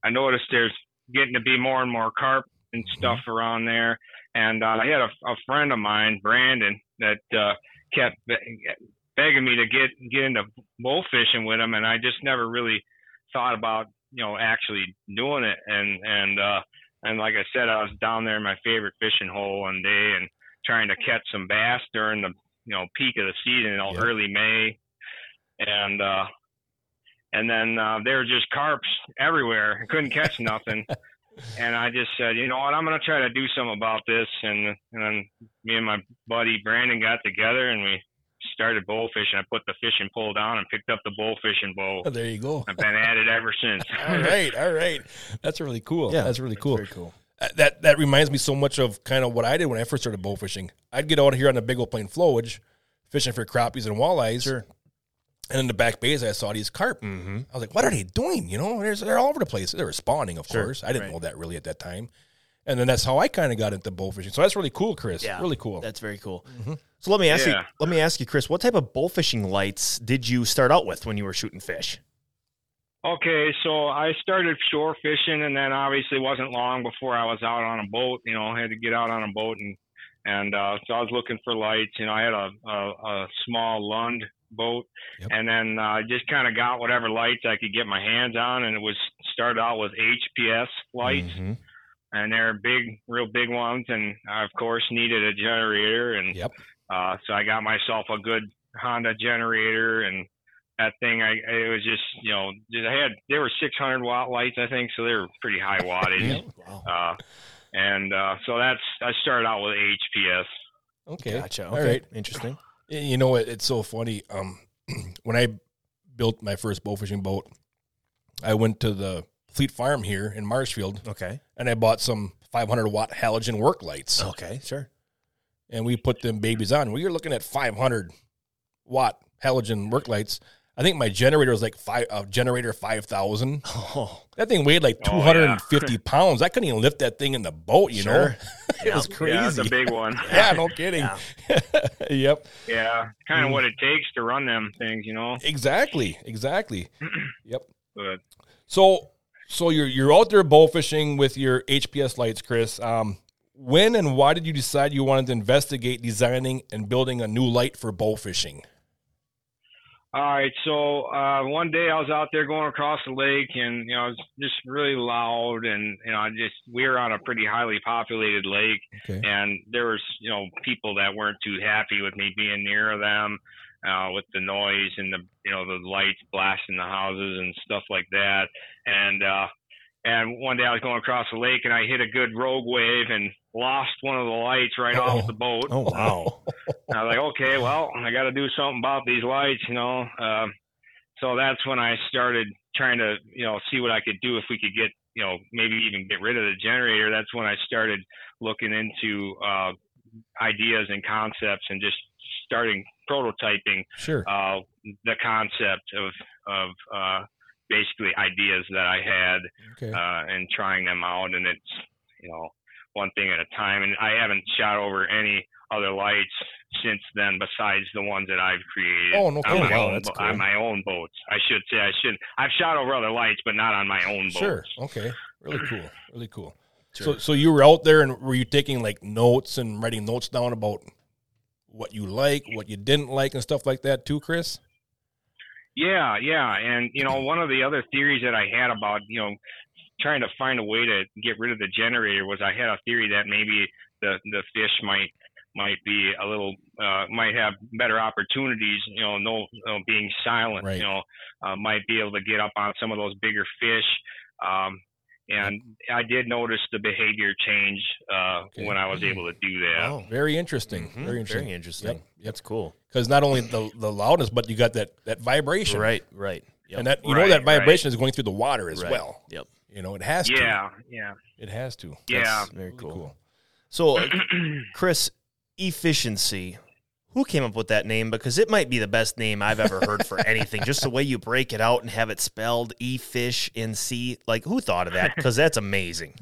I noticed there's getting to be more and more carp and stuff around there, and uh, I had a, a friend of mine, Brandon, that uh, kept be- begging me to get get into bowl fishing with him and I just never really thought about you know actually doing it and and uh and like I said I was down there in my favorite fishing hole one day and trying to catch some bass during the you know peak of the season you know, Yeah. early May and uh and then uh there were just carps everywhere I couldn't catch nothing and I just said you know what I'm going to try to do something about this and and then me and my buddy Brandon got together and we started bowl fishing. I put the fishing pole down and picked up the bowl fishing bowl. There you go. I've been at it ever since. all right, all right. That's really cool. Yeah, that's really cool. Very cool. Uh, That that reminds me so much of kind of what I did when I first started bow fishing. I'd get out here on the Big Old Plain flowage, fishing for crappies and walleyes. And in the back bays, I saw these carp. Mm-hmm. I was like, "What are they doing?" You know, there's they're all over the place. They were spawning, of Sure, course. I didn't right. know that really at that time. And then that's how I kind of got into bow fishing. So that's really cool, Chris. Yeah. Really cool. That's very cool. So let me ask you, Yeah. let me ask you, Chris, what type of bull fishing lights did you start out with when you were shooting fish? Okay, so I started shore fishing, and then obviously it wasn't long before I was out on a boat. You know, I had to get out on a boat, and and uh, so I was looking for lights. You know, I had a a, a small Lund boat, Yep. and then uh, I just kind of got whatever lights I could get my hands on, and it was started out with HPS lights, Mm-hmm. Mhm. and they're big, real big ones, and I of course needed a generator, and Yep. uh, so I got myself a good Honda generator, and that thing, I it was just you know I had they were 600 watt lights, I think, so they were pretty high wattage, Wow. uh, and uh, so that's I started out with HPS. Okay. Gotcha. All Okay. right. Interesting. Y- You know what? It's so funny. Um, when I built my first bow fishing boat, I went to the Fleet Farm here in Marshfield, Okay. and I bought some 500 watt halogen work lights, Okay. Sure. and we put them babies on. We were looking at 500 watt halogen work lights. I I think my generator was like five a generator five thousand. Oh, That thing weighed like Oh, two hundred and fifty pounds. I couldn't even lift that thing in the boat. You know, Sure. it was crazy. Yeah, that's a big one. Yeah, no kidding. Yeah. yep. yeah, kind Mm. of what it takes to run them things, you know. Exactly. Exactly. yep. But So so you're you're out there bow fishing with your HPS lights, Chris. Um, when and why did you decide you wanted to investigate designing and building a new light for bow fishing? All right, so uh, one day I was out there going across the lake, and you know, it was just really loud, and you know, I just we were on a pretty highly populated lake, Okay. and there was you know people that weren't too happy with me being near them, uh, with the noise and the you know the lights blasting the houses and stuff like that, and uh, and one day I was going across the lake, and I hit a good rogue wave and lost one of the lights right Oh. off the boat. oh wow. And I was like, okay, well, I got to do something about these lights, you know. Um, so that's when I started trying to, you know, see what I could do if we could get, you know, maybe even get rid of the generator. That's when I started looking into uh, ideas and concepts and just starting prototyping Sure. uh, the concept of of uh, basically ideas that I had Okay. uh, and trying them out. And it's, you know, one thing at a time. And I haven't shot over any other lights since then besides the ones that I've created. Oh, no on kidding. my, Wow, own, that's bo- cool. on my own boats. I should say I should. I've shot over other lights, but not on my own boats. Sure. Okay. Really cool. Really cool. So, Sure. so you were out there, and were you taking like notes and writing notes down about what you like, what you didn't like, and stuff like that too, Chris? Yeah, yeah, and you know, one of the other theories that I had about you know trying to find a way to get rid of the generator was I had a theory that maybe the the fish might might be a little uh, might have better opportunities. You know, no uh, being silent. Right. You know, uh, might be able to get up on some of those bigger fish. Um, and I did notice the behavior change uh, Okay. when I was able to do that. Wow. Very interesting. Mhm. Very Very interesting. interesting. Yep, yep. That's cool. Because not only the the loudness, but you got that that vibration, Right. Right. Yep. And that you know Right, that right. vibration is going through the water as Right. well. Yep. You know, it has to. Yeah, yeah, It has to. yeah. That's very Really cool. So, uh, Chris, efficiency. Who came up with that name? Because it might be the best name I've ever heard for anything. Just the way you break it out and have it spelled E fish and C. Like, who thought of that? Because that's amazing.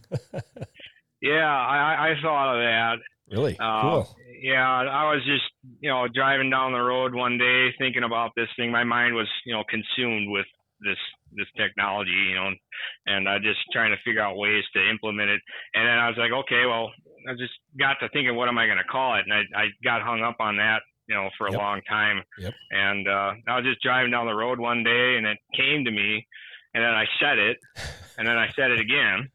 Yeah, I, I I thought of that. Really Uh, cool. Yeah, I was just, you know, driving down the road one day thinking about this thing. My mind was, you know, consumed with this this technology, you know, and I just trying to figure out ways to implement it. And then I was like, okay, well, I just got to thinking, what am I going to call it? And I, I got hung up on that, you know, for a Yep. long time. Yep. And uh, I was just driving down the road one day, and it came to me, and then I said it, and then I said it again,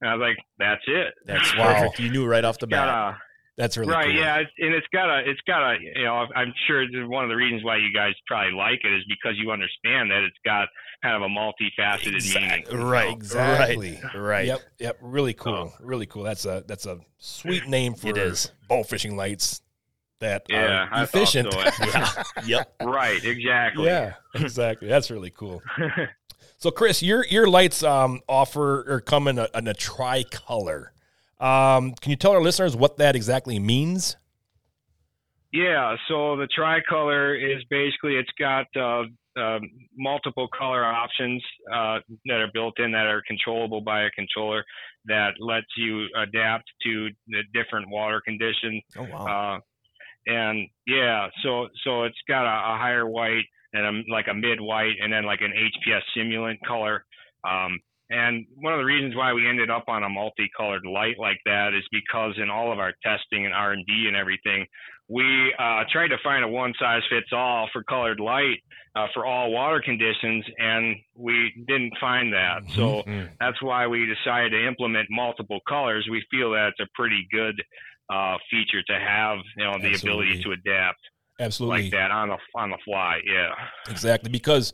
and I was like, that's it. That's Wow. perfect. You knew right off the bat. Gotta- That's really right cool. yeah it's, and it's got a it's got a you know i'm sure this is one of the reasons why you guys probably like it is because you understand that it's got kind of a multifaceted Uh, meaning Right. Exactly. Right. right. Yep. Yep. Really Oh. cool. Really cool. That's a that's a sweet name for It is. bow fishing lights that yeah are I thought efficient. so. Yep. right exactly yeah, exactly. That's really cool. So, Chris, your your lights um, offer or come in a, in a tricolor. Um, can you tell our listeners what that exactly means? Yeah, so the tricolor is basically it's got uh, um multiple color options uh, that are built in that are controllable by a controller that lets you adapt to the different water conditions. Oh, wow. Uh, and yeah, so so it's got a, a higher white and a, like a mid white, and then like an HPS simulant color. Um, and one of the reasons why we ended up on a multicolored light like that is because in all of our testing and R and D and everything, we uh, tried to find a one size fits all for colored light uh, for all water conditions, and we didn't find that. Mm-hmm. So Mm. that's why we decided to implement multiple colors. We feel that it's a pretty good uh, feature to have, you know, the Absolutely. ability to adapt Absolutely. like that on the on the fly. Yeah. Exactly, because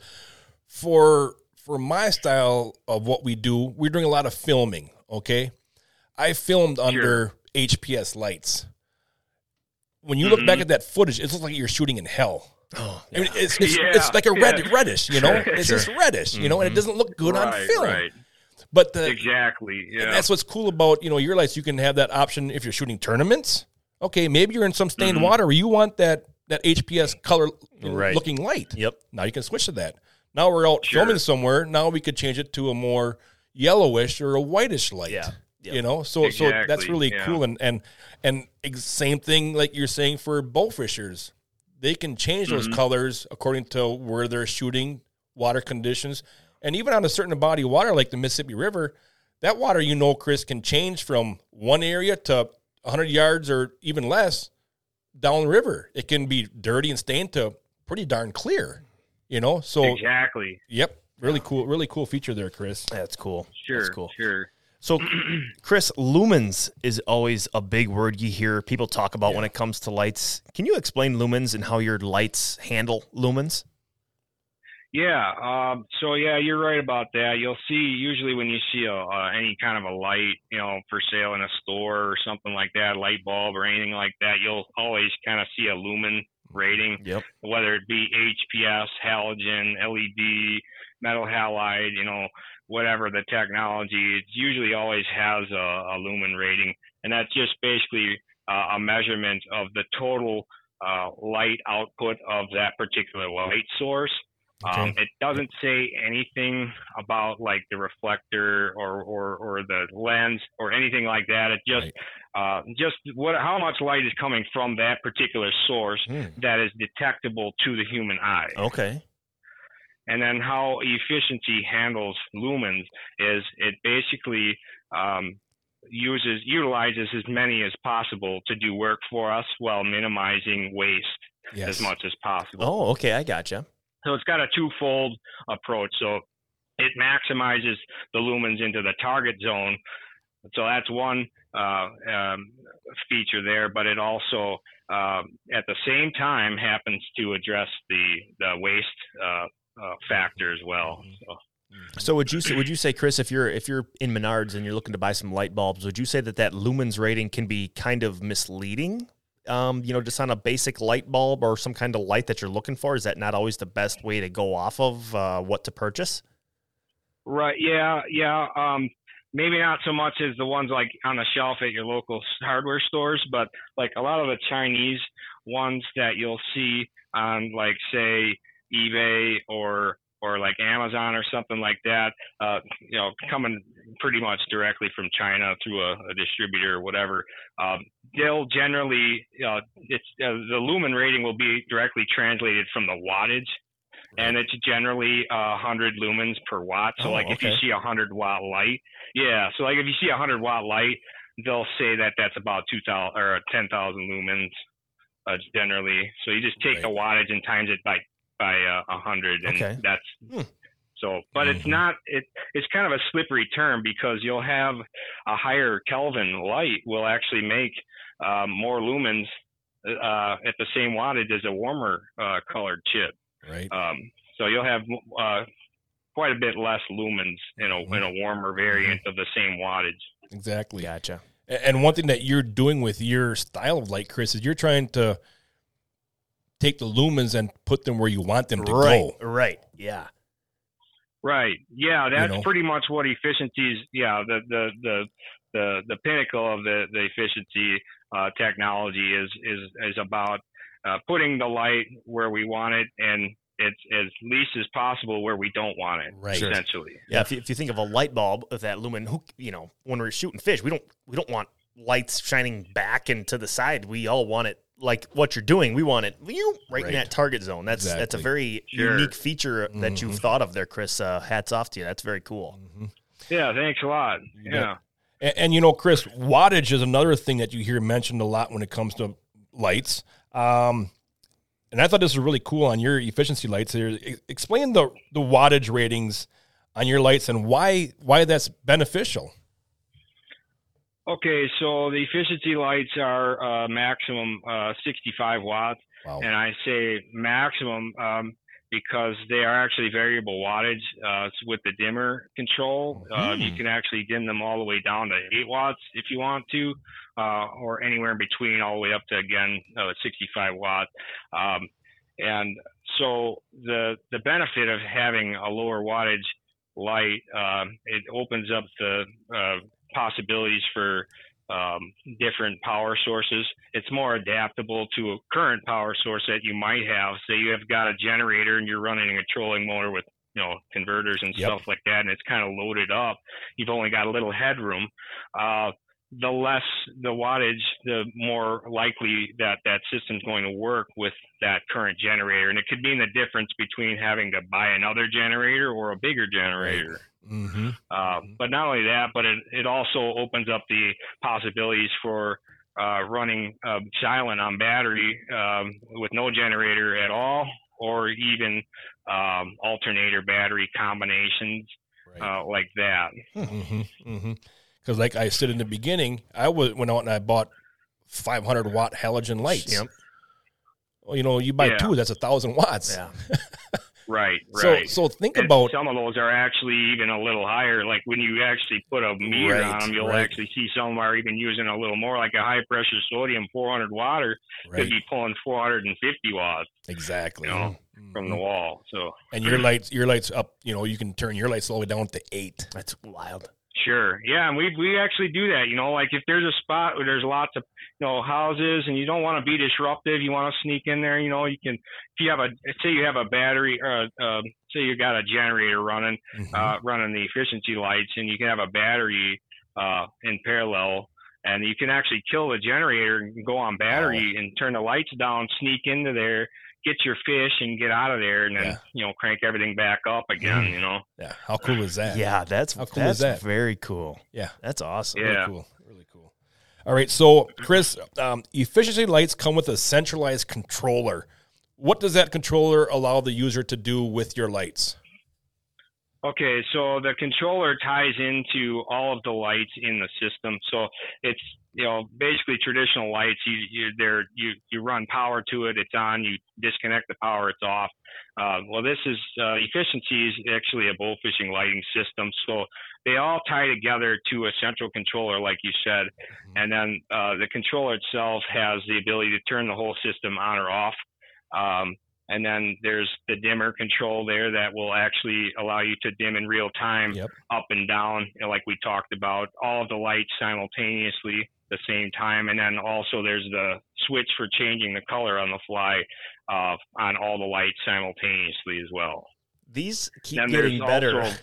for for my style of what we do, we're doing a lot of filming. Okay, I filmed under HPS lights. When you look Mhm. back at that footage, it looks like you're shooting in hell. Oh, I mean, it's it's, Yeah, it's like a red yeah. Mm-hmm. reddish, you know. It's Sure. just reddish, you know, and it doesn't look good on Right, film. right. But the Exactly. and Yeah. that's what's cool about you know Mm-hmm. your lights. You can have that option if you're shooting tournaments. Okay, maybe you're in some stained water where you want that that HPS color you know, Right. looking light. Yep. Now you can switch to that. Now we're out Sure. filming somewhere. Now we could change it to a more yellowish or a whitish light. Yeah. Yep. You know, so so that's Exactly, really yeah. cool. And and and ex- same thing like you're saying for bow fishers, they can change those Mm-hmm. colors according to where they're shooting, water conditions, and even on a certain body of water like the Mississippi River, that water you know, Chris, can change from one area to 100 yards or even less down the river. It can be dirty and stained to pretty darn clear. You know, so exactly. yep, really cool, really cool feature there, Chris. That's cool. Sure. That's cool. Sure. So, Chris, lumens is always a big word you hear people talk about when it comes to lights. Can you explain lumens and how your lights handle lumens? Yeah. Um, so yeah, you're right about that. You'll see usually when you see a, uh, any kind of a light, you know, for sale in a store or something like that, a light bulb or anything like that, you'll always kind of see a lumen rating, Yep. whether it be HPS, halogen, LED, metal halide, you know, whatever the technology. It usually always has a, a lumen rating, and that's just basically uh, a measurement of the total uh, light output of that particular light source. Um, it doesn't say anything about like the reflector or, or, or the lens or anything like that. It just uh, just what how much light is coming from that particular source Hmm. that is detectable to the human eye Okay. and then how efficiency handles lumens is it basically um, uses utilizes as many as possible to do work for us while minimizing waste Yes. as much as possible Oh, okay. I gotcha. so it's got a twofold approach. So it maximizes the lumens into the target zone. So that's one uh, um, feature there, but it also um at the same time happens to address the the waste uh, uh, factor as well. So, So would you say, would you say, Chris, if you're if you're in Menards and you're looking to buy some light bulbs, would you say that that lumens rating can be kind of misleading? Um, you know, just on a basic light bulb or some kind of light that you're looking for, is that not always the best way to go off of uh, what to purchase? right? Yeah, yeah. Um, maybe not so much as the ones like on the shelf at your local s- hardware stores, but like a lot of the Chinese ones that you'll see on like say eBay or or like Amazon or something like that, uh, you know, coming pretty much directly from China through a, a distributor or whatever. Um, they'll generally, uh, it's uh, the lumen rating will be directly translated from the wattage, and it's generally uh, 100 lumens per watt. So Oh, like if you okay. see a 100 watt light, yeah. So like if you see a 100 watt light, they'll say that that's about 2,000 or 10,000 lumens uh, generally. So you just take the wattage and times it by by uh, a hundred, and Okay. that's Hmm. Mm-hmm. so. But it's not it. It's kind of a slippery term because you'll have a higher Kelvin light will actually make uh, more lumens uh, at the same wattage as a warmer uh, colored chip. Right. Um, so you'll have uh, quite a bit less lumens in a in a warmer variant of the same wattage. Exactly. Gotcha. A- And one thing that you're doing with your style of light, Chris, is you're trying to take the lumens and put them where you want them to Right. go. Right. Yeah. Right. Yeah, that's know? pretty much what efficiencies. Yeah, the the the the, the pinnacle of the the efficiency uh, technology is is is about uh, putting the light where we want it and it's as least as possible where we don't want it. Right. Sure. Essentially. Yeah, if you, if you think of a light bulb of that lumen, who you know, when we're shooting fish, we don't we don't want lights shining back and to the side. We all want it like what you're doing. We want it you right, in Right. that target zone. That's that's a Exactly. Mm-hmm. very Sure. unique feature that you've thought of there, Chris. Uh, hats off to you. That's very cool. Yeah. Thanks a lot. Yeah. And, and you know, Chris, wattage is another thing that you hear mentioned a lot when it comes to lights. Um, and I thought this was really cool on your efficiency lights. Here, E- explain the the wattage ratings on your lights and why why that's beneficial. Okay. So the efficiency lights are uh, maximum uh, 65 watts. Wow. and I say maximum um, because they are actually variable wattage. Uh, it's with the dimmer control, uh, you can actually dim them all the way down to eight watts if you want to, uh, or anywhere in between, all the way up to again uh, 65 watt. Um, and so the the benefit of having a lower wattage light, um, it opens up the uh, possibilities for um, different power sources. It's more adaptable to a current power source that you might have. Say you have got a generator and you're running a trolling motor with you know converters and Yep. stuff like that, and it's kind of loaded up. You've only got a little headroom. Uh, the less the wattage, the more likely that that system's going to work with that current generator, and it could mean the difference between having to buy another generator or a bigger generator. Mm-hmm. Uh, Mhm. but not only that, but it, it also opens up the possibilities for uh, running uh, silent on battery um, with no generator at all, or even um, alternator battery combinations uh, like that. Mm-hmm. Mm-hmm. Because like I said in the beginning, I was went out and I bought 500 watt halogen lights. Yep. Well, you know, you buy Yeah. two, that's a thousand watts. Yeah. Right, right. So so think And about some of those are actually even a little higher. Like when you actually put a meter on Right, them, you'll right. actually see some are even using a little more, like a high pressure sodium 400 water right, could be pulling 450 watts exactly you know, from the Mhm. wall. So and your lights your lights up. You know, you can turn your lights all the way down to eight. That's wild. Sure. Yeah, and we we actually do that. You know, like if there's a spot where there's lots of you know houses and you don't want to be disruptive, you want to sneak in there. You know, you can if you have a say you have a battery or um, say you got a generator running Mhm. uh, running the efficiency lights, and you can have a battery uh, in parallel. And you can actually kill the generator and go on battery and turn the lights down, sneak into there, get your fish, and get out of there, and then Yeah. you know crank everything back up again. You know, yeah. How cool is that? Yeah, that's How cool that's is that? very cool. Yeah. That's awesome. Really Yeah. cool. Really cool. All right. So, Chris, um, efficiency lights come with a centralized controller. What does that controller allow the user to do with your lights? Okay, so the controller ties into all of the lights in the system. So it's you know basically traditional lights. You you there you you run power to it. It's on. You disconnect the power. It's off. Uh, well, this is uh, efficiency is actually a bull fishing lighting system. So they all tie together to a central controller, like you said, and then uh, the controller itself has the ability to turn the whole system on or off. Um, and then there's the dimmer control there that will actually allow you to dim in real time Yep. up and down, you know, like we talked about, all of the lights simultaneously the same time. And then also there's the switch for changing the color on the fly uh, on all the lights simultaneously as well. These keep Then there's getting better. also-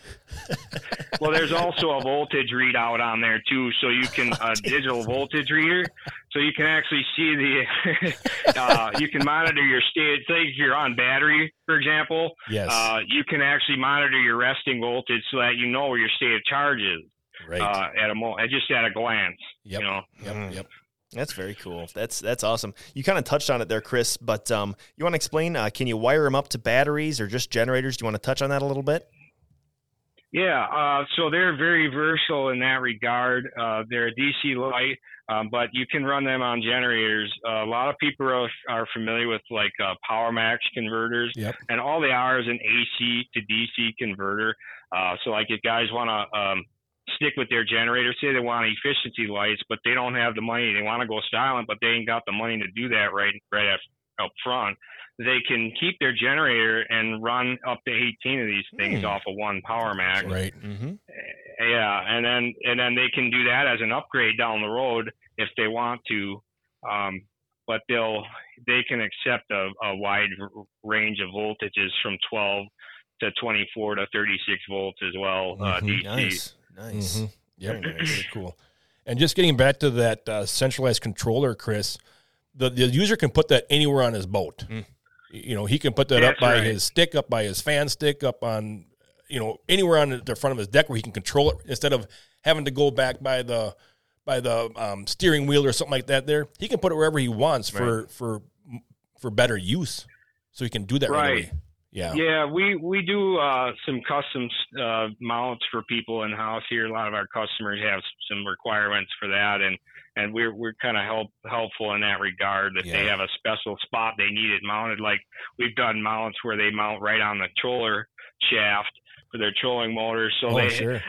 Well, there's also a voltage readout on there too, so you can a digital voltage reader, so you can actually see the, uh, you can monitor your state. Say if you're on battery, for example, Yes. uh, you can actually monitor your resting voltage so that you know where your state of charge is right. uh, mm, at a mo- at- just at a glance. Yep. You know, yep. Yep. that's very cool. That's that's awesome. You kind of touched on it there, Chris. But um, you want to explain? Uh, can you wire them up to batteries or just generators? Do you want to touch on that a little bit? Yeah, uh, so they're very versatile in that regard. Uh, they're a DC light, um, but you can run them on generators. Uh, a lot of people are, are familiar with like uh, Power Max converters, Yep. and all they are is an AC to DC converter. Uh, so, like if guys want to um, stick with their generator, say they want efficiency lights, but they don't have the money, they want to go silent, but they ain't got the money to do that right right up, up front. They can keep their generator and run up to 18 of these things Hmm. off of one Power Max. Right. Mm-hmm. Yeah, and then and then they can do that as an upgrade down the road if they want to, um, but they'll they can accept a, a wide r- range of voltages from 12 to 24 to 36 volts as well. Uh, Mhm. DC. Nice, nice. Mhm. Yep. Very nice. Very cool. And just getting back to that uh, centralized controller, Chris, the, the user can put that anywhere on his boat. Mm. You know, he can put that up That's by right. his stick, up by his fan stick, up on, you know, anywhere on the- the front of his deck where he can control it instead of having to go back by the by the um, steering wheel or something like that. There, he can put it wherever he wants for for for better use. So he can do that right, Right. away. Yeah. Yeah, we we do uh, some custom uh, mounts for people in house here. A lot of our customers have some requirements for that, and and we're we're kind of help helpful in that regard. If they Yeah. have a special spot they need it mounted, like we've done mounts where they mount right on the troller shaft for their trolling motor, so Oh, they sure.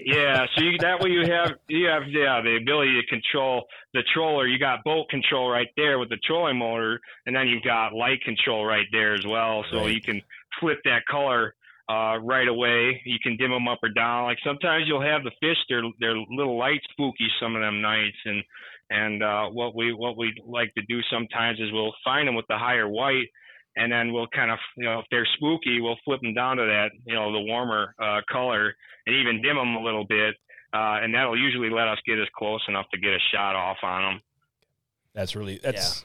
yeah, so you, that way you have you have yeah the ability to control the troller. You got bolt control right there with the trolling motor, and then you've got light control right there as well. So Right. you can flip that color uh, right away. You can dim them up or down. Like sometimes you'll have the fish; they're they're little light spooky some of them nights. And and uh, what we what we like to do sometimes is we'll find them with the higher white, and then we'll kind of you know if they're spooky, we'll flip them down to that you know the warmer uh, color and even dim them a little bit. Uh, and that'll usually let us get us close enough to get a shot off on them. That's really that's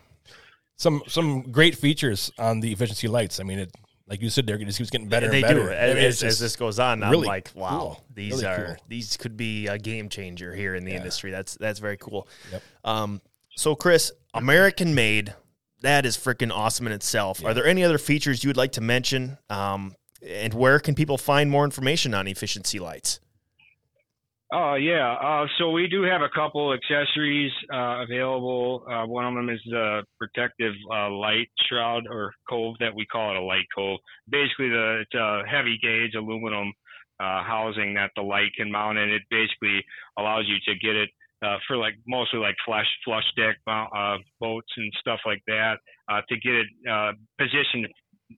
some some great features on the efficiency lights. I mean, it like you said, there it just keeps getting better they and better. do. I As, mean, it's as just- this goes on, I'm really like, wow, cool. these Really are cool. these could be a game changer here in the industry. That's that's very cool. Yep. Um, so Chris, American made, that is freaking awesome in itself. Are there any other features you would like to mention? Um, and where can people find more information on efficiency lights? Oh yeah. Uh, so we do have a couple accessories uh, available. Uh, one of them is the protective uh, light shroud or cove that we call it a light cove. Basically, the it's a heavy gauge aluminum uh, housing that the light can mount, and it basically allows you to get it uh, for like mostly like flush flush deck mount, uh, boats and stuff like that uh, to get it uh, positioned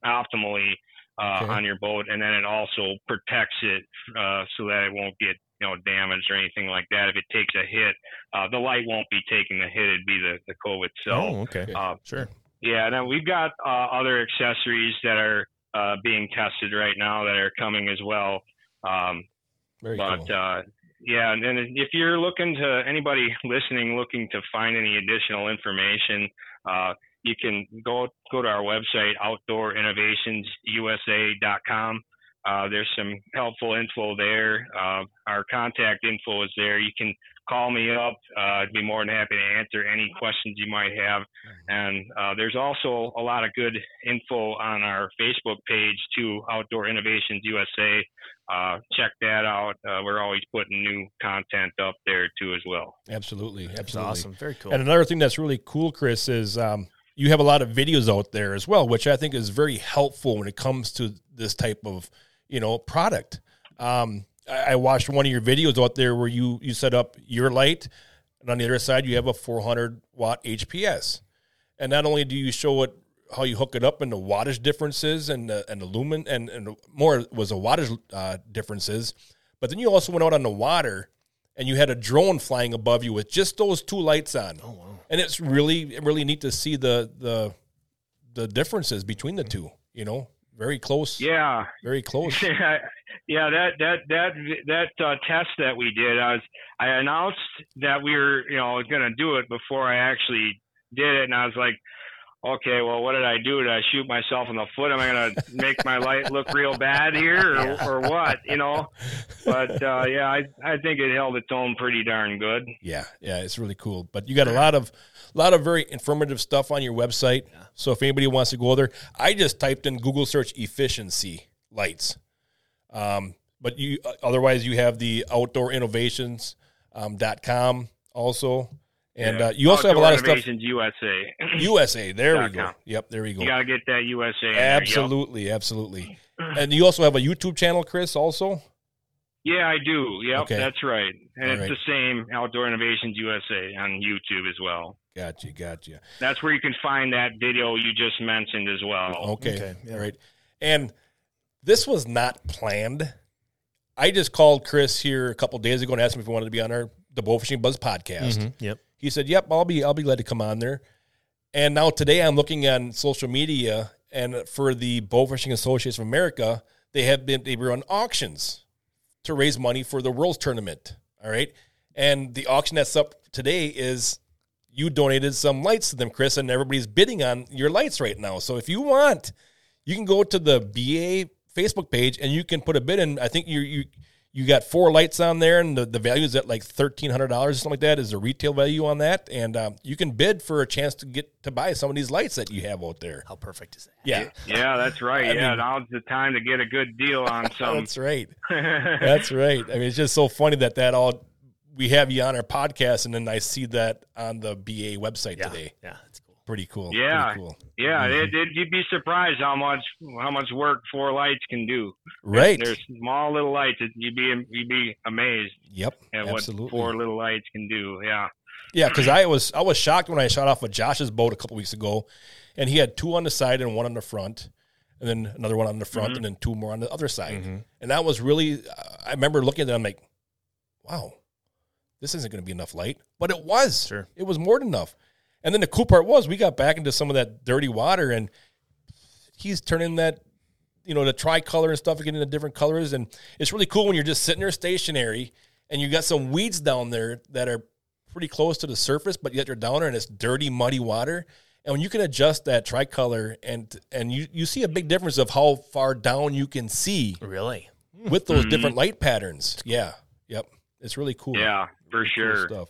optimally uh, Okay. on your boat, and then it also protects it uh, so that it won't get you know damaged or anything like that. If it takes a hit, uh, the light won't be taking the hit; it'd be the the cove itself. oh, okay, Uh, sure. yeah, and then we've got uh, other accessories that are uh, being tested right now that are coming as well. Um, very but cool. uh, yeah, and then if you're looking to anybody listening looking to find any additional information, uh, you can go go to our website outdoorinnovationsusa.com. Uh, there's some helpful info there. Uh, our contact info is there. You can call me up. Uh, I'd be more than happy to answer any questions you might have. And uh, there's also a lot of good info on our Facebook page too, Outdoor Innovations USA uh, check that out. Uh, we're always putting new content up there too as well. absolutely, That's absolutely. awesome. Very cool. And another thing that's really cool, Chris, is um, you have a lot of videos out there as well, which I think is very helpful when it comes to this type of you know product. Um, I, I watched one of your videos out there where you you set up your light, and on the other side you have a 400 watt HPS, and not only do you show it how you hook it up and the wattage differences and the, and the lumen and, and more was the wattage uh, differences, but then you also went out on the water and you had a drone flying above you with just those two lights on. Oh wow! And it's really really neat to see the the the differences between the two. You know, very close. Yeah, very close. yeah, yeah. That that that that uh, test that we did, I was I announced that we were you know going to do it before I actually did it, and I was like, okay, well, what did I do? Did I shoot myself in the foot? Am I going to make my light look real bad here, or, or what? You know, but uh, yeah, I I think it held its own pretty darn good. Yeah, yeah, it's really cool. But you got a lot of lot of very informative stuff on your website. So if anybody wants to go there, I just typed in Google search efficiency lights. Um, but you otherwise you have the outdoorinnovations.com um, dot com also, and uh, you also have a lot of Outdoor stuff. Innovations USA. USA, there we dot go. com. Yep, there we go. You gotta get that USA. in there, yep. Absolutely, absolutely. And you also have a YouTube channel, Chris. Also, Yeah, I do. Yep, Okay. that's right. And All it's right. the same Outdoor Innovations USA on YouTube as well. gotcha, gotcha. That's where you can find that video you just mentioned as well. Okay. Okay, yeah. All right. And this was not planned. I just called Chris here a couple days ago and asked him if he wanted to be on our the Bowfishing Buzz podcast. Mhm, Yep. He said, Mm-hmm. "Yep, I'll be I'll be glad to come on there." And now today I'm looking on social media and for the Bowfishing Associates of America, they have been they run auctions to raise money for the World's Tournament. All right, and the auction that's up today is you donated some lights to them, Chris, and everybody's bidding on your lights right now. So if you want, you can go to the BA Facebook page and you can put a bid in. I think you you you got four lights on there, and the, the value is at like thirteen hundred dollars or something like that. Is the retail value on that? And um, you can bid for a chance to get to buy some of these lights that you have out there. How perfect is that? Yeah, Yeah, that's right. yeah, mean- now's the time to get a good deal on some. that's right. That's right. I mean, it's just so funny that that all we have you on our podcast, and then I see that on the BA website Yeah. today. Yeah, that's cool. Pretty cool. Yeah. Pretty cool. yeah, it, it, you'd be surprised how much how much work four lights can do. Right. They're small little lights. that You'd be you'd be amazed Yep. at what Absolutely. four little lights can do. Yeah. Yeah, because I was I was shocked when I shot off of Josh's boat a couple weeks ago, and he had two on the side and one on the front. and then another one on the front, and then two more on the other side. And that was really, I remember looking at it, I'm like, wow, this isn't going to be enough light. But it was. Sure. It was more than enough. And then the cool part was we got back into some of that dirty water, and he's turning that, you know, the tricolor and stuff, getting the different colors. And it's really cool when you're just sitting there stationary and you got some weeds down there that are pretty close to the surface, but yet you're down there and it's dirty, muddy water. And when you can adjust that tricolor and and you, you see a big difference of how far down you can see Really? with Mm-hmm. those different light patterns. Yeah. Yep. It's really cool. Yeah, for Cool sure. Mm-hmm. stuff.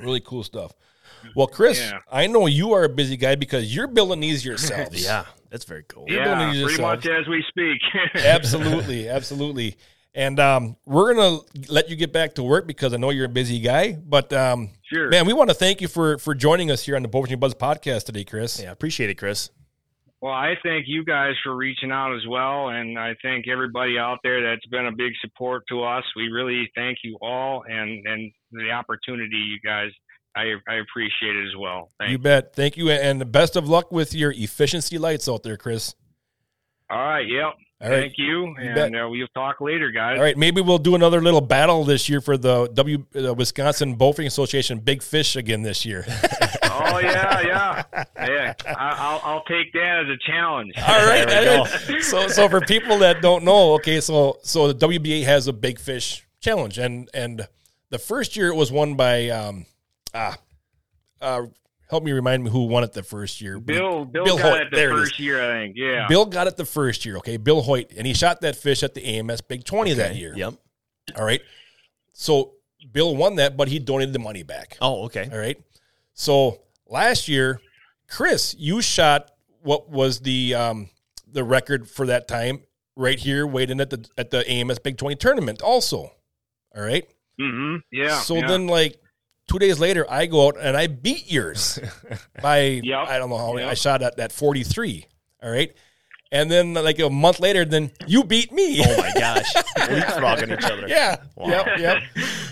Really cool stuff. Well, Chris, Yeah. I know you are a busy guy because you're building these yourselves. Yeah, that's very cool. You're Yeah, doing it pretty yourself. much as we speak. absolutely, absolutely. And um, we're gonna let you get back to work because I know you're a busy guy. But um, Sure. man, we want to thank you for for joining us here on the Bullfishing Buzz podcast today, Chris. Yeah, appreciate it, Chris. Well, I thank you guys for reaching out as well, and I thank everybody out there that's been a big support to us. We really thank you all, and and the opportunity you guys, I I appreciate it as well. Thank You you. bet. Thank you, and best of luck with your efficiency lights out there, Chris. All right, yep. All right. thank you, bet. and uh, we'll talk later, guys. All right, maybe we'll do another little battle this year for the W uh, Wisconsin Bowfishing Association Big Fish again this year. Oh yeah, yeah, yeah. I, I'll I'll take that as a challenge. All right. all right. So so for people that don't know, okay, so so the WBA has a big fish challenge and and the first year it was won by um ah uh help me remind me who won it the first year. Bill Bill, Bill got Hoyt, it the there it is. first year, I think. Yeah. Bill got it the first year, okay? Bill Hoyt and he shot that fish at the AMS Big 20 that year. Yep. All right. So Bill won that but he donated the money back. Oh, okay. All right. So last year, Chris, you shot what was the um, the record for that time right here, waiting at the at the AMS Big Twenty tournament. Also, all right. Mm-hmm. Yeah. so yeah. then, like two days later, I go out and I beat yours by Yep. I don't know how many. I Yep. shot at that forty three. All right. And then, like a month later, then you beat me. Oh my gosh, leapfrogging each other. Yeah. Wow. Yep. Yep.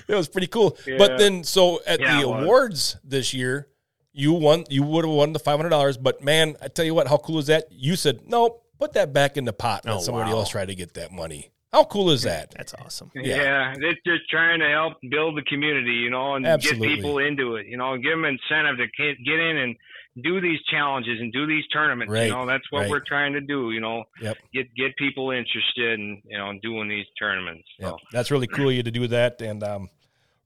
It was pretty cool. Yeah. But then, so at Yeah, the it was. awards this year, you won. You would have won the five hundred dollars. But man, I tell you what, how cool is that? You said no. Put that back in the pot. and Oh, Let somebody wow. else try to get that money. How cool is that? That's awesome. Yeah. Yeah. they're just trying to help build the community, you know, and Absolutely. get people into it, you know, and give them incentive to get get in and do these challenges and do these tournaments. Right, You know, that's what right. we're trying to do, you know, Yep. get get people interested in you know in doing these tournaments. So. Yeah, that's really cool of you to do that. And um,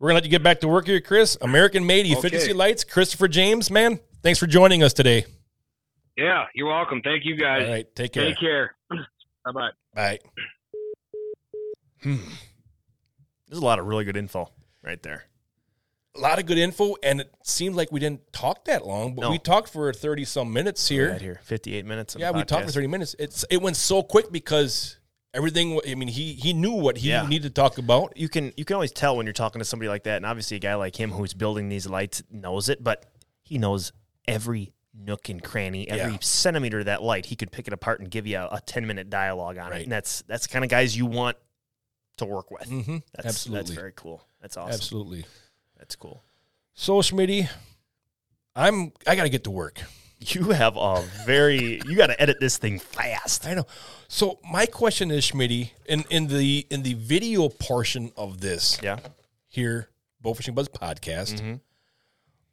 we're gonna let you get back to work here, Chris. American Made Efficiency Okay. Lights, Christopher James. Man, thanks for joining us today. Yeah, you're welcome. Thank you All guys. right, take care. Take care. bye bye. Bye. There's a lot of really good info right there. A lot of good info, and it seemed like we didn't talk that long, but No. we talked for thirty some minutes here. Right here, 58 minutes. Of yeah, the we talked for podcast. thirty minutes. It's it went so quick because everything. I mean, he he knew what he Yeah. needed to talk about. you can you can always tell when you're talking to somebody like that, and obviously a guy like him who's building these lights knows it, but he knows every nook and cranny, every Yeah. centimeter of that light. He could pick it apart and give you a, a ten minute dialogue on Right. it, and that's that's the kind of guys you want to work with. Mm-hmm. That's Absolutely, that's very cool. That's awesome. absolutely. That's cool. So Schmitty, I'm I got to get to work. You have a very you got to edit this thing fast. I know. So my question is Schmitty, in in the in the video portion of this Yeah. here, Bowfishing Buzz podcast. Mm-hmm.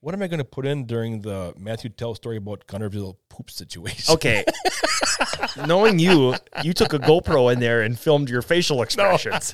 What am I going to put in during the Matthew Tell story about Gunnerville poop situation? Okay. Knowing you, you took a GoPro in there and filmed your facial expressions.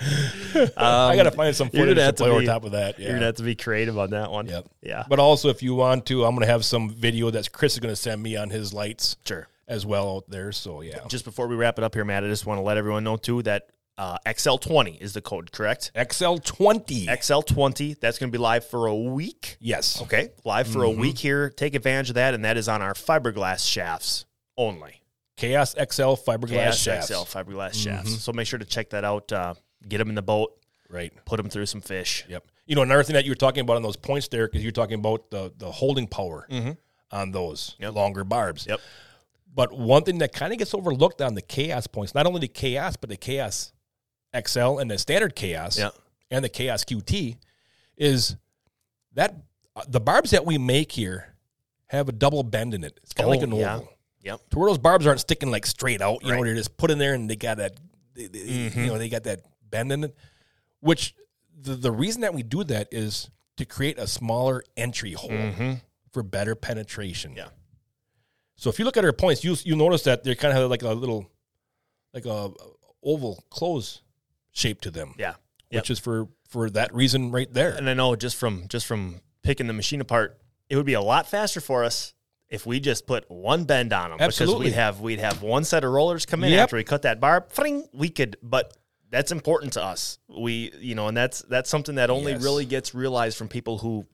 I got to find some you're footage gonna to have to play over be- top of that. Yeah. You're gonna have to be creative on that one. Yep. Yeah. But also, if you want to, I'm going to have some video that's Chris is going to send me on his lights sure. as well out there. So yeah, Just before we wrap it up here, Matt, I just want to let everyone know too that uh, XL20 is the code, correct? XL20. XL20. That's gonna be live for a week. yes. Okay. Live for a week here. Take advantage of that, and that is on our fiberglass shafts only. Chaos XL fiberglass Glass shafts. Mm-hmm. XL fiberglass shafts. So make sure to check that out. Uh, get them in the boat. Right. Put them through some fish. Yep. You know, another thing that you were talking about on those points there, because you're talking about the the holding power on those Mm-hmm. Yep. longer barbs. Yep. But one thing that kind of gets overlooked on the chaos points, not only the chaos, but the chaos XL and the standard chaos Yeah. and the chaos QT, is that uh, the barbs that we make here have a double bend in it. It's kind of like Oh, an oval. yeah. Yep. To where those barbs aren't sticking like straight out. You know, Right. Mm-hmm. they're just put in there and they got that, they, they- you know, they got that bend in it. Which the, the reason that we do that is to create a smaller entry hole for better penetration. Mm-hmm. Yeah. So if you look at her points, you you notice that they kind of have like a little, like a oval close shape to them, Yeah. which is for for that reason right there. And I know just from just from picking the machine apart, it would be a lot faster for us if we just put one bend on them. Absolutely. Because we'd have we'd have one set of rollers come in Yep. after we cut that barb. Fring, we could, but that's important to us. We you know, and that's that's something that only Yes. really gets realized from people who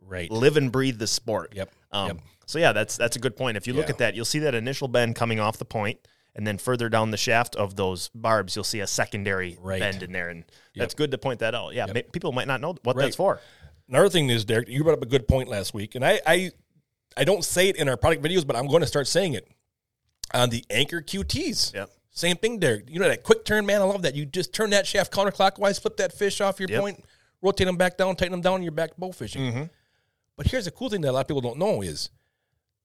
right. live and breathe the sport. Yep. Um, Yep. So yeah, that's that's a good point. If you look Yeah. at that, you'll see that initial bend coming off the point, and then further down the shaft of those barbs, you'll see a secondary Right. bend in there, and that's good to point that out. Yeah, ma- people might not know what Right. that's for. Another thing is, Derek, you brought up a good point last week, and I I, I don't say it in our product videos, but I'm going to start saying it on the Anchor QTs. Yep. Same thing, Derek. You know that quick turn, man. I love that. You just turn that shaft counterclockwise, flip that fish off your Yep. Mm-hmm. point, rotate them back down, tighten them down, and you're back bow fishing. But here's the cool thing that a lot of people don't know is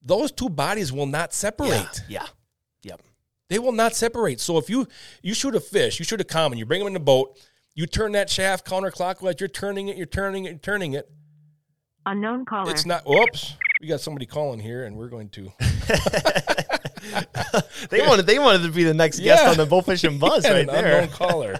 those two bodies will not separate. Yeah. Yep. They will not separate. So if you you shoot a fish, you shoot a common, you bring them in the boat, you turn that shaft counterclockwise, you're turning it, you're turning it, you're turning it. Unknown caller. It's not. Whoops. We got somebody calling here, and we're going to. They wanted they wanted to be the next guest Yeah. on the Bullfish and Buzz And right an there. unknown caller.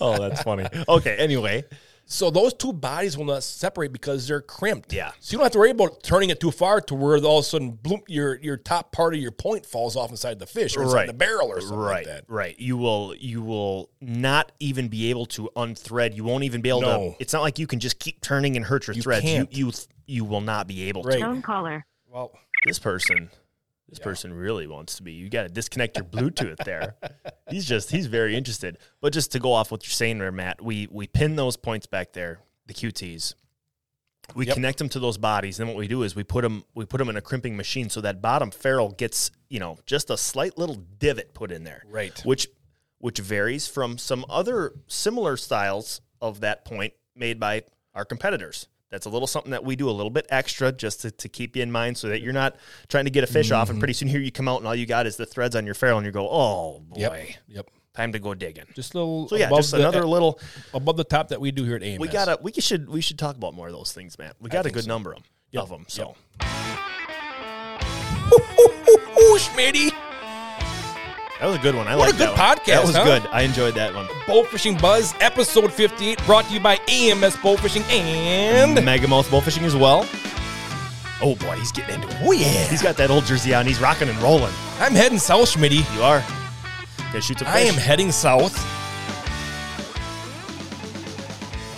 oh, that's funny. Okay, anyway. So those two bodies will not separate because they're crimped. Yeah. So you don't have to worry about turning it too far to where all of a sudden, bloop, your your top part of your point falls off inside the fish or inside Right. the barrel or something like Right. that. Right. You will you will not even be able to unthread. You won't even be able No. to it's not like you can just keep turning and hurt your You threads. can't. You you you will not be able to. Right. Unknown caller. Well, This person this person really wants to be. You got to disconnect your Bluetooth there. He's just he's very interested. But just to go off what you're saying there, Matt, we we pin those points back there, the QTs. We Yep. connect them to those bodies. Then what we do is we put them we put them in a crimping machine so that bottom ferrule gets you know just a slight little divot put in there, Right. Which which varies from some other similar styles of that point made by our competitors. That's a little something that we do a little bit extra just to, to keep you in mind so that you're not trying to get a fish Mm-hmm. off and pretty soon here you come out and all you got is the threads on your ferrule and you go, oh boy, yep. Yep. time to go digging. Just a little. So yeah, above just the- uh, another little. above the top that we do here at AMS. We gotta. We should. We should talk about more of those things, Matt. We got a think good so. number of 'em- of them. So Ooh, Schmitty. that was a good one. I What a like good podcast, That was huh? good. I enjoyed that one. Bowfishing Buzz, episode 58, brought to you by AMS Bowfishing and. Megamouth bullfishing as well. Oh boy, he's getting into it. Oh, yeah. He's got that old jersey on. He's rocking and rolling. I'm heading south, Schmitty. You are. Gonna shoot some fish. I am heading south.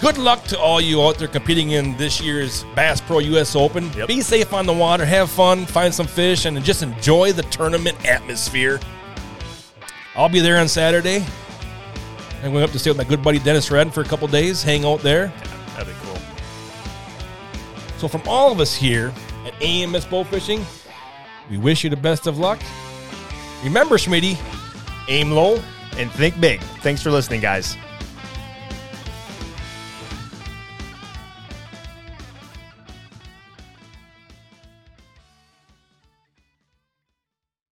Good luck to all you out there competing in this year's Bass Pro US Open. Yep. Be safe on the water, have fun, find some fish, and just enjoy the tournament atmosphere. I'll be there on Saturday. I'm going up to stay with my good buddy Dennis Redden for a couple days, hang out there. That'd be cool. So, from all of us here at AMS Bowfishing, we wish you the best of luck. Remember, Schmitty, aim low. And think big. Thanks for listening, guys.